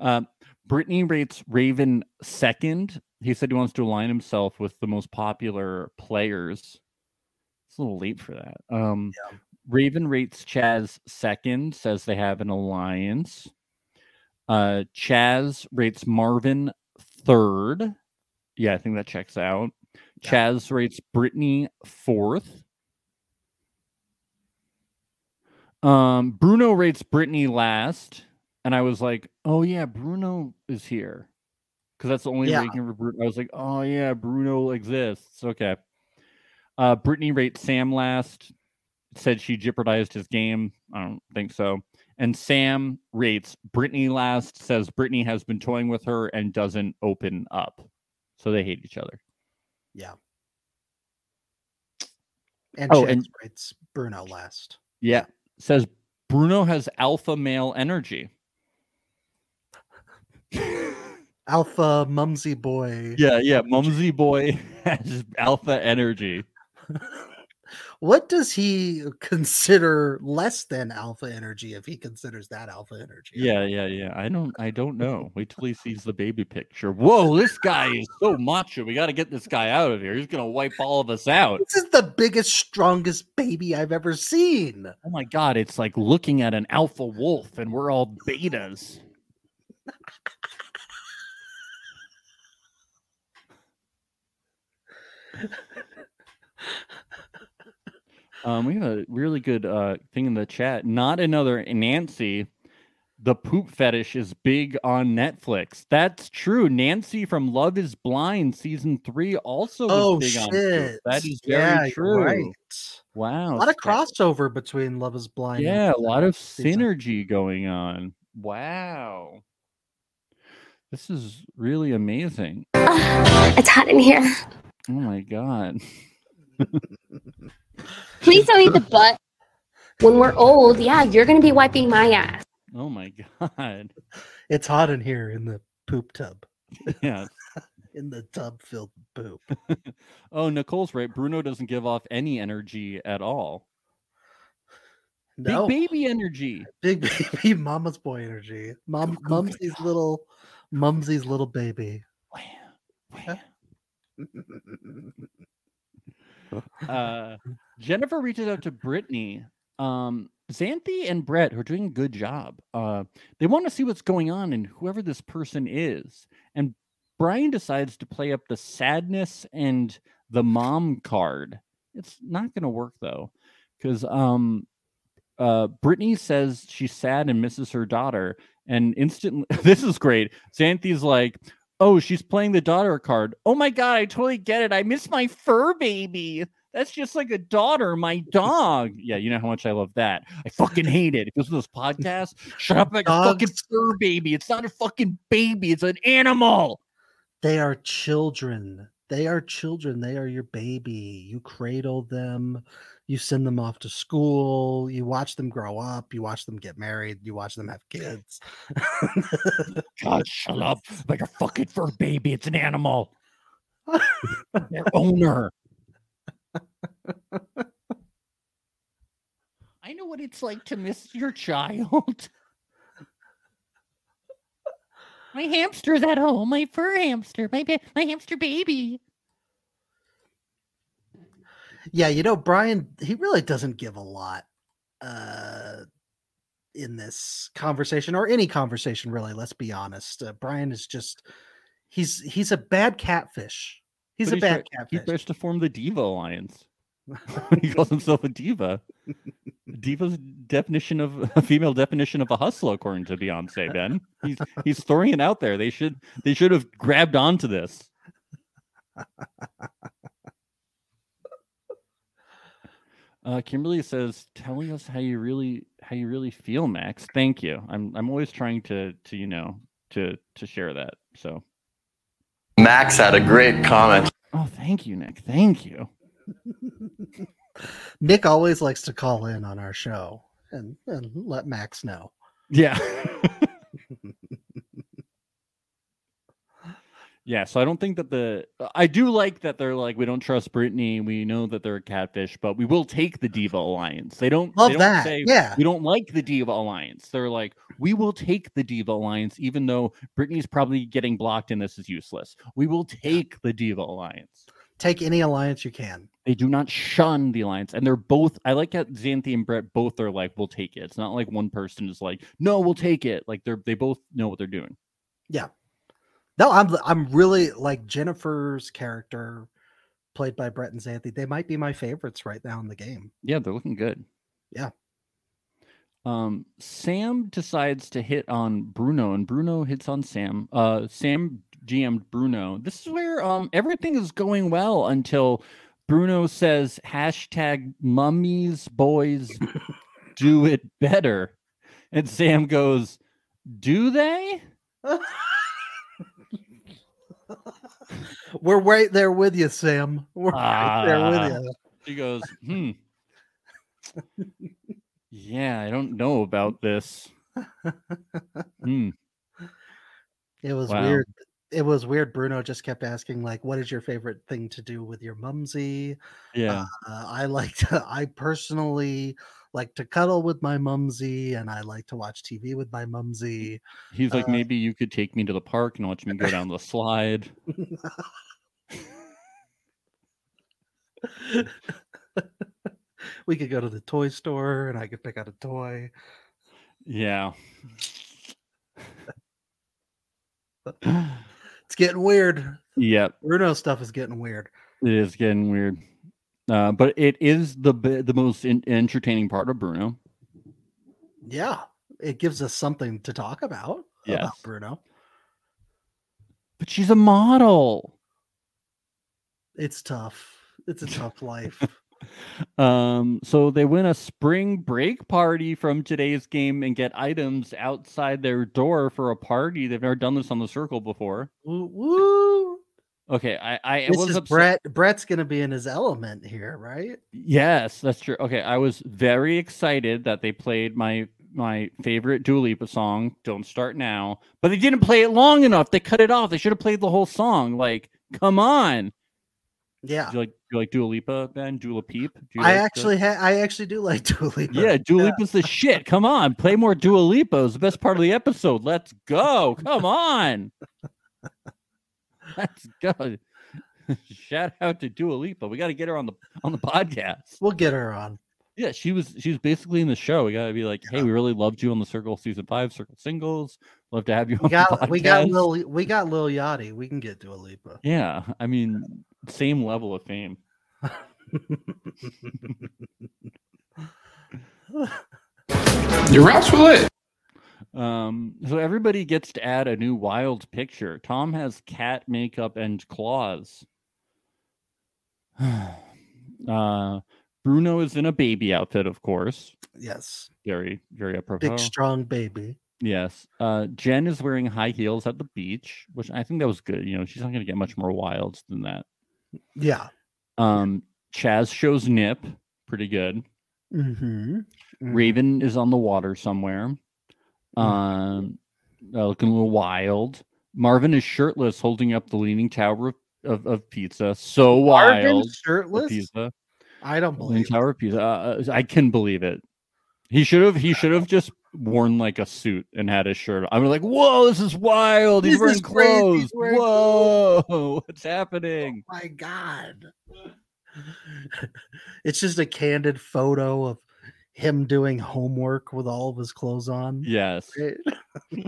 Speaker 1: Um, Brittany rates Raven second. He said he wants to align himself with the most popular players. It's a little late for that. Um, Raven rates Chaz second, says they have an alliance. Uh, Chaz rates Marvin third. Yeah, I think that checks out. Chaz rates Brittany fourth. Um, Bruno rates Brittany last, and I was like, "Oh yeah, Bruno is here," because that's the only
Speaker 2: Yeah.
Speaker 1: ranking for Bruno. I was like, "Oh yeah, Bruno exists." Okay. Uh, Brittany rates Sam last. Said she jeopardized his game. I don't think so. And Sam rates Brittany last, says Brittany has been toying with her and doesn't open up. So they hate each other.
Speaker 2: And
Speaker 1: Oh,
Speaker 2: Chaz
Speaker 1: and-
Speaker 2: rates Bruno last.
Speaker 1: Yeah. Says Bruno has alpha male energy.
Speaker 2: Alpha Mumsy Boy.
Speaker 1: Yeah, yeah. Mumsy boy has alpha energy.
Speaker 2: what does he consider less than alpha energy if he considers that alpha energy?
Speaker 1: Yeah, yeah, yeah. I don't I don't know. Wait till he sees the baby picture. Whoa, this guy is so macho. We gotta get this guy out of here. He's gonna wipe all of us out.
Speaker 2: This is the biggest, strongest baby I've ever seen.
Speaker 1: Oh my god, it's like looking at an alpha wolf and we're all betas. um, we have a really good uh, thing in the chat. Not another Nancy. The poop fetish is big on Netflix. That's true. Nancy from Love is Blind season three also was
Speaker 2: Oh
Speaker 1: big
Speaker 2: shit!
Speaker 1: on poop. That is very
Speaker 2: Yeah, you're
Speaker 1: true.
Speaker 2: right.
Speaker 1: Wow.
Speaker 2: A lot of
Speaker 1: Stan-
Speaker 2: crossover between Love Is Blind. and
Speaker 1: yeah, a lot of
Speaker 2: season.
Speaker 1: synergy going on. Wow. This is really amazing.
Speaker 8: It's hot in here.
Speaker 1: Oh my god.
Speaker 8: Please don't eat the butt. When we're old, yeah, you're gonna be wiping my ass.
Speaker 1: Oh my god.
Speaker 2: It's hot in here in the poop tub,
Speaker 1: Yeah.
Speaker 2: in the tub filled with poop.
Speaker 1: Oh, Nicole's right. Bruno doesn't give off any energy at all.
Speaker 2: No, big,
Speaker 1: Big baby energy.
Speaker 2: baby, mama's boy energy. Mom,
Speaker 1: Cuckoo.
Speaker 2: mumsy's little, mumsy's little baby.
Speaker 1: Wham, wham. uh, Jennifer reaches out to Brittany. Um, Xanthi and Brett, who are doing a good job, uh, they want to see what's going on and whoever this person is. And Brian decides to play up the sadness and the mom card. It's not going to work though, because um, uh, Brittany says she's sad and misses her daughter. And instantly, this is great. Xanthi's like, Oh, she's playing the daughter card. Oh my god, I totally get it. I miss my fur baby. That's just like a daughter, my dog. Yeah, you know how much I love that. I fucking hate it. If this was this podcast, shut up like a fucking
Speaker 2: Dogs.
Speaker 1: fur baby. It's not a fucking baby, it's an animal.
Speaker 2: They are children. They are children. They are your baby. You cradle them. You send them off to school. You watch them grow up. You watch them get married. You watch them have kids.
Speaker 1: God, shut up like a fucking fur baby. It's an animal. Their owner. I know what it's like to miss your child. My hamster's at home. My fur hamster. My ba- my hamster baby.
Speaker 2: yeah, you know, Brian, he really doesn't give a lot uh, in this conversation or any conversation, really. Let's be honest. Uh, Brian is just, he's he's a bad catfish. He's
Speaker 1: But
Speaker 2: a
Speaker 1: he's
Speaker 2: bad
Speaker 1: He
Speaker 2: catfish.
Speaker 1: tries to form the diva alliance. he calls himself a diva. Diva's definition of a female definition of a hustle, according to Beyonce. Ben, he's he's throwing it out there. They should they should have grabbed onto this. Uh, Kimberly says, "Telling us how you really how you really feel, Max. Thank you. I'm I'm always trying to to you know to to share that. So,
Speaker 9: Max had a great comment.
Speaker 1: oh, thank you, Nick. Thank you.
Speaker 2: Nick always likes to call in on our show and, and let Max know.
Speaker 1: Yeah. yeah. So I don't think that the I do like that they're like we don't trust Brittany. We know that they're a catfish, but we will take the diva alliance. They don't they
Speaker 2: Love
Speaker 1: don't
Speaker 2: that.
Speaker 1: say,
Speaker 2: yeah.
Speaker 1: we don't like the diva alliance they're like we will take the diva alliance even though brittany's probably getting blocked and this is useless we will take the diva alliance
Speaker 2: Take any alliance you can.
Speaker 1: they do not shun the alliance and they're both i like how xanthi and brett both are like we'll take it it's not like one person is like no we'll take it like they're they both know what they're doing
Speaker 2: No, I'm I'm really like Jennifer's character played by Brett and Xanthi. They might be my favorites right now in the game.
Speaker 1: yeah they're looking good
Speaker 2: Yeah.
Speaker 1: um sam decides to hit on bruno and bruno hits on sam uh sam gm bruno this is where um everything is going well until bruno says hashtag mummies boys do it better and sam goes do they
Speaker 2: We're right there with you, Sam. We're right there
Speaker 1: Ah.
Speaker 2: with you.
Speaker 1: She goes, hmm. yeah, I don't know about this. Hmm.
Speaker 2: It was
Speaker 1: Wow.
Speaker 2: weird. It was weird. Bruno just kept asking, like, what is your favorite thing to do with your mumsy?
Speaker 1: Yeah.
Speaker 2: Uh, I like to, I personally like to cuddle with my mumsy and I like to watch TV with my mumsy.
Speaker 1: He's like,
Speaker 2: uh,
Speaker 1: maybe you could take me to the park and watch me go down the slide.
Speaker 2: we could go to the toy store and I could pick out a toy.
Speaker 1: Yeah.
Speaker 2: It's getting weird.
Speaker 1: yep.
Speaker 2: Bruno stuff is getting weird.
Speaker 1: It is getting weird, uh, but it is the bi- the most in- entertaining part of
Speaker 2: Oh,
Speaker 1: Bruno.
Speaker 2: Yeah. It gives us something to talk about. About
Speaker 1: Yes.
Speaker 2: Bruno.
Speaker 1: But she's a model.
Speaker 2: It's tough. It's a tough life.
Speaker 1: Um, so they win a spring break party from today's game and get items outside their door for a party. They've never done this on the circle before.
Speaker 2: Woo, woo.
Speaker 1: Okay, I I it
Speaker 2: This
Speaker 1: was
Speaker 2: is
Speaker 1: upset-
Speaker 2: Brett. Brett's going to be in his element here, right?
Speaker 1: Yes, that's true. Okay, I was very excited that they played my my favorite Dua Lipa song, "Don't Start Now," but they didn't play it long enough. They cut it off. They should have played the whole song. Like, come on.
Speaker 2: Yeah.
Speaker 1: Do you like do you like Dua Lipa, Ben? Dua Peep? Do you
Speaker 2: Ah. I
Speaker 1: like the-
Speaker 2: actually, ha- I actually do like Dua Lipa.
Speaker 1: Yeah, Dua Lipa's the shit. Come on, play more Dua Lipa. It was the best part of the episode. Let's go. Come on. Let's go. Shout out to Dua Lipa. We got to get her on the on the podcast.
Speaker 2: We'll get her on.
Speaker 1: Yeah, she was she was basically in the show. We got to be like, hey, we really loved you on the Circle season five, Circle Singles. Love to have you on
Speaker 2: We
Speaker 1: the
Speaker 2: got
Speaker 1: podcast.
Speaker 2: we got Lil we got Lil Yachty. We can get Dua Lipa.
Speaker 1: yeah, I mean, same level of fame.
Speaker 5: Your routes were lit.
Speaker 1: Um, so everybody gets to add a new wild picture. Tom has cat makeup and claws. uh, Bruno is in a baby outfit, of course.
Speaker 2: Yes,
Speaker 1: Very, very apropos.
Speaker 2: big strong baby.
Speaker 1: yes. Uh, Jen is wearing high heels at the beach, which I think that was good. You know, she's not going to get much more wild than that.
Speaker 2: Yeah.
Speaker 1: Um, Chaz shows nip, pretty good.
Speaker 2: Mm-hmm.
Speaker 1: Raven is on the water somewhere, um, uh, looking a little wild. Marvin is shirtless, holding up the leaning tower of, of, of pizza. So wild,
Speaker 2: Marvin
Speaker 1: the
Speaker 2: shirtless.
Speaker 1: pizza,
Speaker 2: I don't
Speaker 1: leaning
Speaker 2: believe. it.
Speaker 1: tower of pizza. Uh, uh, I can believe it. He should have. He should have just worn like a suit and had his shirt. on. I'm like, whoa, this is wild. He's
Speaker 2: This
Speaker 1: wearing
Speaker 2: is crazy.
Speaker 1: clothes.
Speaker 2: He's wearing
Speaker 1: whoa, what's happening?
Speaker 2: My God. it's just a candid photo of him doing homework with all of his clothes on.
Speaker 1: Yes.
Speaker 2: Right?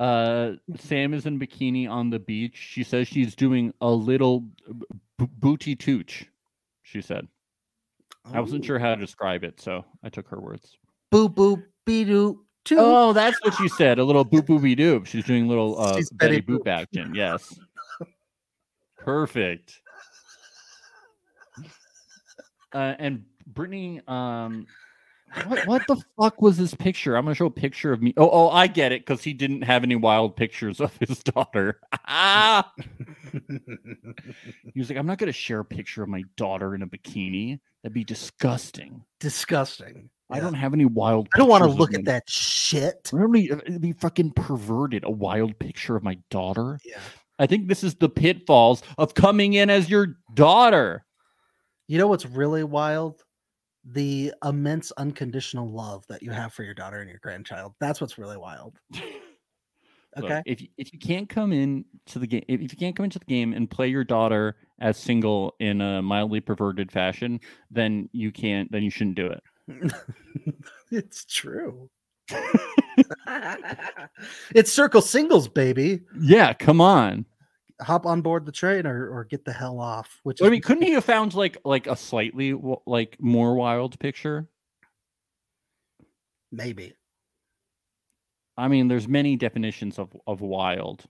Speaker 1: uh sam is in bikini on the beach she says she's doing a little b- b- booty tooch She said. I
Speaker 2: Oh.
Speaker 1: wasn't sure how to describe it, so I took her words.
Speaker 2: Boo boo be doo too.
Speaker 1: Oh, that's what she said. A little boop booby doop. She's doing a little uh,
Speaker 2: She's
Speaker 1: Betty,
Speaker 2: Betty
Speaker 1: Boop,
Speaker 2: Boop.
Speaker 1: action. Yes. Perfect. Uh, and Brittany, um, what, what the fuck was this picture? I'm gonna show a picture of me. Oh, oh, I get it because he didn't have any wild pictures of his daughter. Ah! he was like, I'm not gonna share a picture of my daughter in a bikini. That'd be disgusting.
Speaker 2: Disgusting.
Speaker 1: I don't have any wild.
Speaker 2: I don't want to
Speaker 1: pictures of
Speaker 2: look
Speaker 1: my
Speaker 2: at that shit.
Speaker 1: Really, it'd be uh, fucking perverted. A wild picture of my daughter.
Speaker 2: Yeah.
Speaker 1: I think this is the pitfalls of coming in as your daughter.
Speaker 2: You know what's really wild? The immense unconditional love that you have for your daughter and your grandchild. That's what's really wild.
Speaker 1: Look,
Speaker 2: Okay.
Speaker 1: if you, if you can't come in to the game, if if you can't come into the game and play your daughter as single in a mildly perverted fashion, then you can't. Then you shouldn't do it.
Speaker 2: it's true. it's circle singles, baby.
Speaker 1: Yeah, come on.
Speaker 2: Hop on board the train or, or get the hell off. Which
Speaker 1: I
Speaker 2: is
Speaker 1: mean, couldn't he have found like like a slightly w- like more wild picture?
Speaker 2: maybe.
Speaker 1: I mean, there's many definitions of of wild,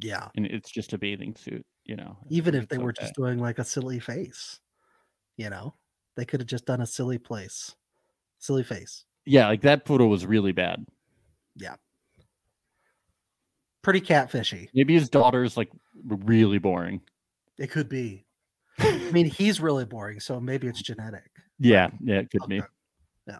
Speaker 2: Yeah.
Speaker 1: and it's just a bathing suit. You know, Oh, I
Speaker 2: Even
Speaker 1: think
Speaker 2: if they
Speaker 1: it's
Speaker 2: were
Speaker 1: okay.
Speaker 2: just doing like a silly face, you know, they could have just done a silly place, silly face.
Speaker 1: Yeah, like that photo was really bad.
Speaker 2: Pretty catfishy.
Speaker 1: Maybe his daughter's like really boring.
Speaker 2: It could be. I mean, he's really boring, so maybe it's genetic.
Speaker 1: Yeah, yeah, it could be.
Speaker 2: Okay. Yeah.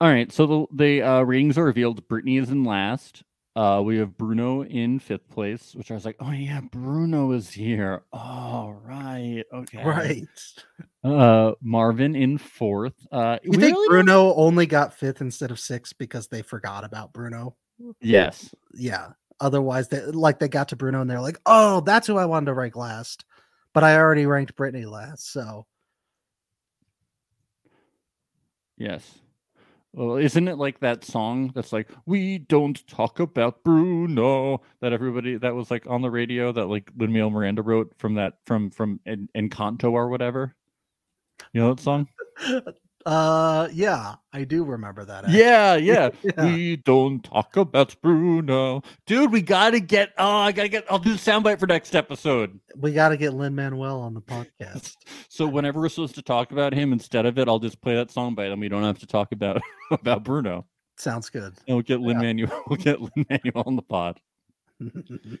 Speaker 1: All right, so the, the uh, ratings are revealed. Brittany is in last. Uh, we have Bruno in fifth place, which I was like, oh yeah, Bruno is here. All right, okay.
Speaker 2: Right.
Speaker 1: Uh, Marvin in fourth. Uh,
Speaker 2: You
Speaker 1: we
Speaker 2: think
Speaker 1: really don't-
Speaker 2: Bruno only got fifth instead of sixth because they forgot about Bruno?
Speaker 1: Yes.
Speaker 2: Yeah. Otherwise, they like they got to Bruno and they're like, oh, that's who I wanted to rank last. But I already ranked Brittany last. So
Speaker 1: Yes. Well, isn't it like that song that's like "We don't talk about Bruno" that everybody that was like on the radio that like Lin Manuel Miranda wrote from that from from En- Encanto or whatever. You know that song?
Speaker 2: uh yeah, I do remember that. actually.
Speaker 1: Yeah, yeah.
Speaker 2: Yeah.
Speaker 1: We don't talk about Bruno, dude. We gotta get. Oh, I gotta get. I'll do the soundbite for next episode.
Speaker 2: We gotta get Lynn Manuel on the podcast.
Speaker 1: So whenever we're supposed to talk about him, instead of it, I'll just play that song by and we don't have to talk about about Bruno.
Speaker 2: Sounds good.
Speaker 1: And we'll get Lin Manuel. We'll get Lin Manuel on the pod.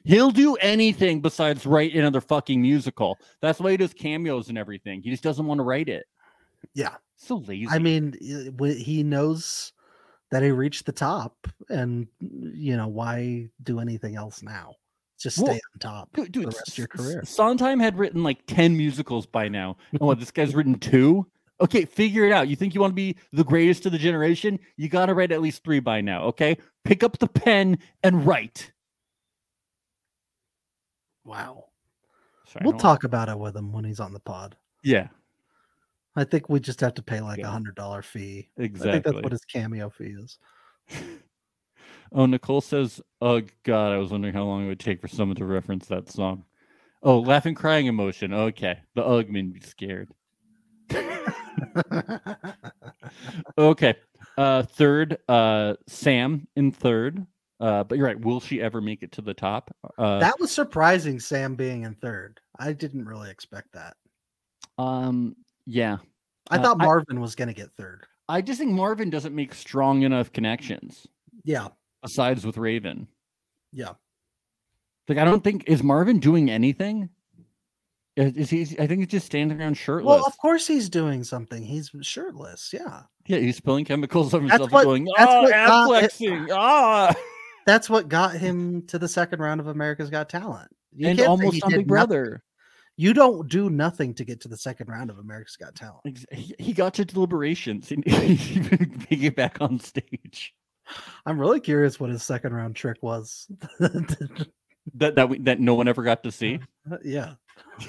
Speaker 1: He'll do anything besides write another fucking musical. That's why he does cameos and everything. He just doesn't want to write it.
Speaker 2: yeah.
Speaker 1: So lazy.
Speaker 2: I mean, y- wh- he knows that he reached the top, and you know why do anything else now? Just stay
Speaker 1: Well,
Speaker 2: on top.
Speaker 1: dude, dude,
Speaker 2: the rest of your
Speaker 1: S- S-
Speaker 2: career.
Speaker 1: Sondheim had written like 10 musicals by now. And what, this guy's written two? Okay, figure it out. You think you want to be the greatest of the generation? You got to write at least three by now, okay? Pick up the pen and write.
Speaker 2: Wow.
Speaker 1: Sorry, I
Speaker 2: we'll
Speaker 1: don't-
Speaker 2: talk about it with him when he's on the pod.
Speaker 1: Yeah,
Speaker 2: I think we just have to pay like a
Speaker 1: Yeah.
Speaker 2: hundred dollar fee. I think
Speaker 1: exactly.
Speaker 2: that's what his cameo fee is.
Speaker 1: Oh, Nicole says, "Oh God, I was wondering how long it would take for someone to reference that song." Oh, laughing, crying emotion. Okay, the ugh made me scared. Uh okay, uh, third, uh, Sam in third. Uh, but you're right. Will she ever make it to the top? Uh,
Speaker 2: that was surprising, Sam being in third. I didn't really expect that.
Speaker 1: um, yeah.
Speaker 2: I
Speaker 1: Uh,
Speaker 2: thought
Speaker 1: I-
Speaker 2: Marvin was going to get third.
Speaker 1: I just think Marvin doesn't make strong enough connections
Speaker 2: Yeah,
Speaker 1: besides with Raven.
Speaker 2: yeah.
Speaker 1: Like, I don't think is Marvin doing anything. Is, is he? I think he's just standing around shirtless.
Speaker 2: Well, of course he's doing something. He's shirtless. Yeah.
Speaker 1: Yeah, he's spilling chemicals on himself
Speaker 2: what-
Speaker 1: and going,
Speaker 2: that's
Speaker 1: oh,
Speaker 2: what got it-
Speaker 1: flexing, ah,
Speaker 2: that's what got him to the second round of America's Got Talent. You
Speaker 1: Mm. and
Speaker 2: can't say
Speaker 1: almost
Speaker 2: he
Speaker 1: on
Speaker 2: did
Speaker 1: Big
Speaker 2: nothing.
Speaker 1: Brother.
Speaker 2: You don't do nothing to get to the second round of America's Got Talent.
Speaker 1: Ex- He, he got to deliberations and he even made it back on stage.
Speaker 2: I'm really curious what his second round trick was.
Speaker 1: That that we, that no one ever got to see.
Speaker 2: yeah.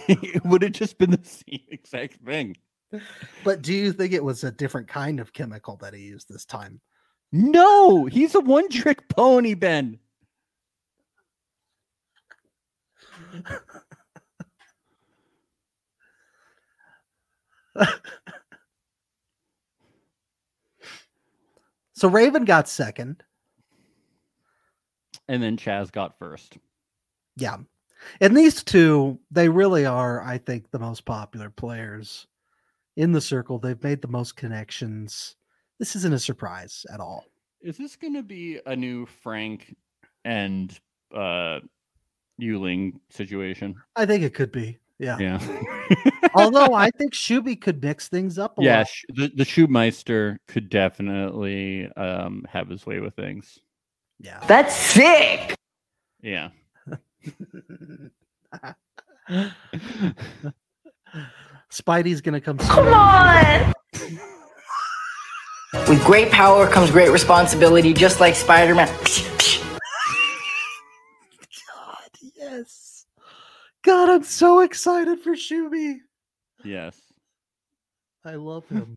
Speaker 1: it would have just been the same exact thing.
Speaker 2: But do you think it was a different kind of chemical that he used this time?
Speaker 1: No, he's a one trick pony, Ben.
Speaker 2: So Raven got second.
Speaker 1: And then Chaz got first.
Speaker 2: Yeah. And these two, they really are, I think, the most popular players in the circle. They've made the most connections. This isn't a surprise at all.
Speaker 1: Is this going to be a new Frank and uh Yuling situation?
Speaker 2: I think it could be. Yeah.
Speaker 1: Yeah.
Speaker 2: Although I think Shuby could mix things up a
Speaker 1: yeah,
Speaker 2: lot.
Speaker 1: sh- the, the Schubmeister could definitely um have his way with things.
Speaker 2: Yeah.
Speaker 7: That's sick.
Speaker 1: Yeah.
Speaker 2: Spidey's gonna come.
Speaker 6: Come
Speaker 2: soon.
Speaker 6: on!
Speaker 5: With great power comes great responsibility, just like Spider Man.
Speaker 2: God, yes. God, I'm so excited for Shuby.
Speaker 1: Yes.
Speaker 2: I love him.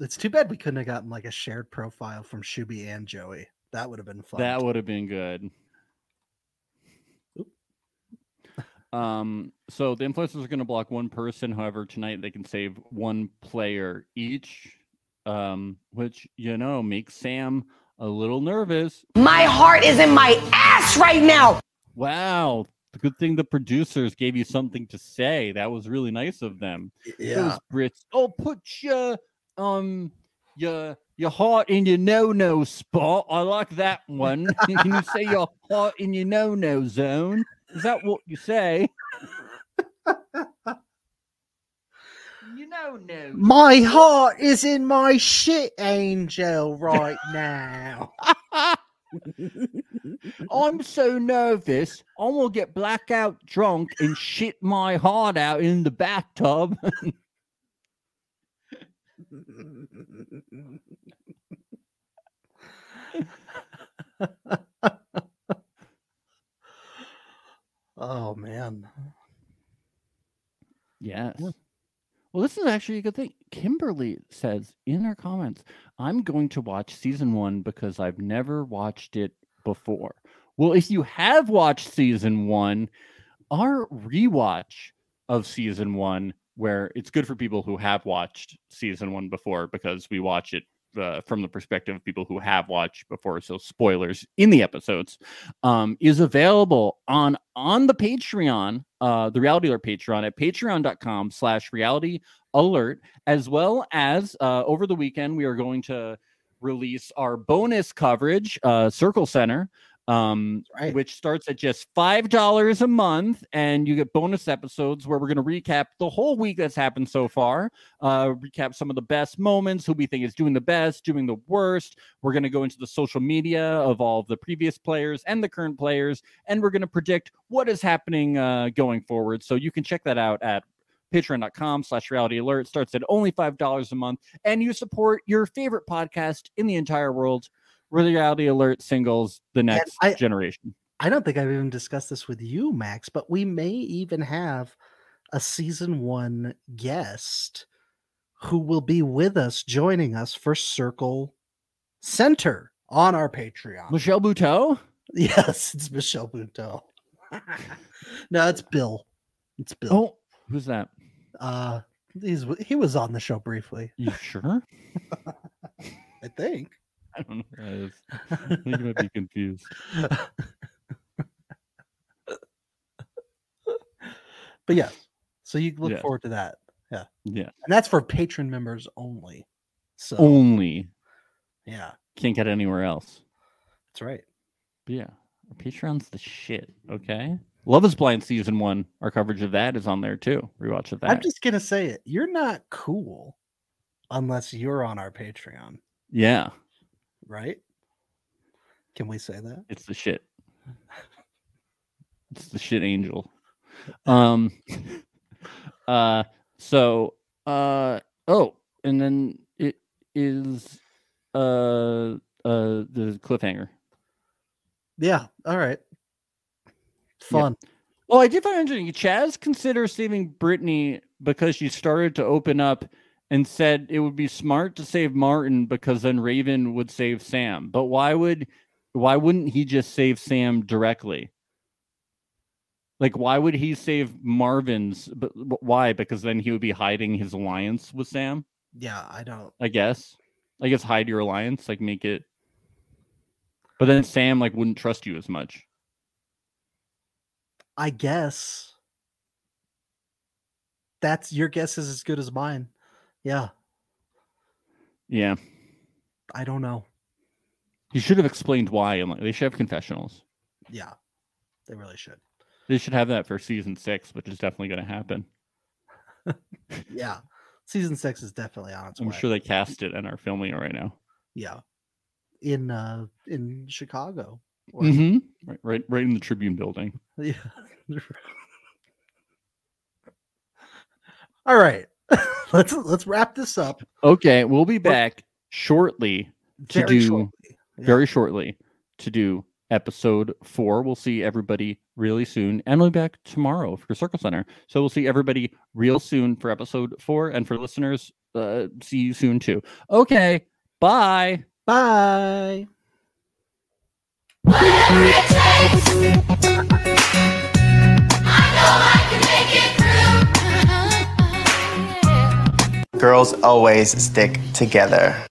Speaker 2: it's too bad we couldn't have gotten like a shared profile from Shuby and Joey. That would have been fun.
Speaker 1: That would have been good. Um, so the influencers are going to block one person. However, tonight they can save one player each, um, which you know makes Sam a little nervous.
Speaker 7: My heart is in my ass right now.
Speaker 1: Wow, good thing the producers gave you something to say. That was really nice of them. Those Brits, oh, put your um your your heart in your no no spot. I like that one. Can you say your heart in your no no zone? Is that what you say? you know no.
Speaker 2: My heart is in my shit angel right now.
Speaker 1: I'm so nervous. I'm gonna get blackout drunk and shit my heart out in the bathtub.
Speaker 2: oh man.
Speaker 1: Yes. Well, this is actually a good thing. Kimberly says in her comments, I'm going to watch season one because I've never watched it before. Well, if you have watched season one, our rewatch of season one, where it's good for people who have watched season one before because we watch it uh, from the perspective of people who have watched before. So, spoilers in the episodes um, is available on on the Patreon, uh, the Reality Alert Patreon at patreon.com slash reality alert, as well as uh, over the weekend, we are going to release our bonus coverage, uh, Circle Center, um,
Speaker 2: Right.
Speaker 1: which starts at just $5 a month. And you get bonus episodes where we're going to recap the whole week that's happened so far, uh, recap some of the best moments, who we think is doing the best, doing the worst, we're going to go into the social media of all of the previous players and the current players, and we're going to predict what is happening uh, going forward. So you can check that out at patreon.com slash reality alert. Starts at only $5 a month, and you support your favorite podcast in the entire world, Reality Alert Singles, the next
Speaker 2: I-
Speaker 1: generation.
Speaker 2: I don't think I've even discussed this with you, Max, but we may even have a season one guest who will be with us, joining us for Circle Center on our Patreon.
Speaker 1: Michelle Buteau?
Speaker 2: Yes, it's Michelle Bunto. no, it's Bill. It's Bill.
Speaker 1: Oh, who's that?
Speaker 2: Uh, he's he was on the show briefly,
Speaker 1: You sure?
Speaker 2: I think.
Speaker 1: I don't know. who that is. I think you might be confused.
Speaker 2: But yeah, so you look
Speaker 1: Yeah.
Speaker 2: forward to that,
Speaker 1: Yeah.
Speaker 2: and that's for patron members only. So
Speaker 1: Only.
Speaker 2: yeah,
Speaker 1: Can't get anywhere else.
Speaker 2: that's right.
Speaker 1: But yeah, our Patreon's the shit. Okay. Love is Blind season one. Our coverage of that is on there too. Rewatch of that.
Speaker 2: I'm just gonna say it. You're not cool unless you're on our Patreon,
Speaker 1: yeah,
Speaker 2: right? Can we say that?
Speaker 1: it's the shit. It's the shit angel. Um. Uh. So. Uh. Oh, and then it is. Uh. Uh. The cliffhanger.
Speaker 2: Yeah. All right. Fun.
Speaker 1: Well, I did find it interesting. Chaz considers saving Brittany because she started to open up and said it would be smart to save Martin because then Raven would save Sam. But why would why wouldn't he just save Sam directly? Like, why would he save Marvin's? But but why? Because then he would be hiding his alliance with Sam.
Speaker 2: Yeah, I don't.
Speaker 1: I guess. I guess hide your alliance, like make it. But then Sam like wouldn't trust you as much.
Speaker 2: I guess that's your guess is as good as mine. Yeah,
Speaker 1: Yeah,
Speaker 2: I don't know.
Speaker 1: he should have explained why. And like, they should have confessionals.
Speaker 2: Yeah, they really should.
Speaker 1: They should have that for season six, which is definitely going to happen.
Speaker 2: Yeah, season six is definitely on its
Speaker 1: I'm
Speaker 2: way.
Speaker 1: sure they cast it and are filming it right now.
Speaker 2: yeah, in uh in Chicago. or-
Speaker 1: hmm Right, right, right in the Tribune building.
Speaker 2: Yeah. All right. let's let's wrap this up.
Speaker 1: Okay, we'll be back shortly, To
Speaker 2: Very
Speaker 1: do-
Speaker 2: shortly. Yeah.
Speaker 1: very shortly, to do episode four. We'll see everybody really soon, and we'll be back tomorrow for Circle Center. So we'll see everybody real soon for episode four, and for listeners, uh, see you soon too. Okay, bye.
Speaker 2: Bye.
Speaker 5: Whatever it takes. I know I can make it through.
Speaker 3: Girls always stick together.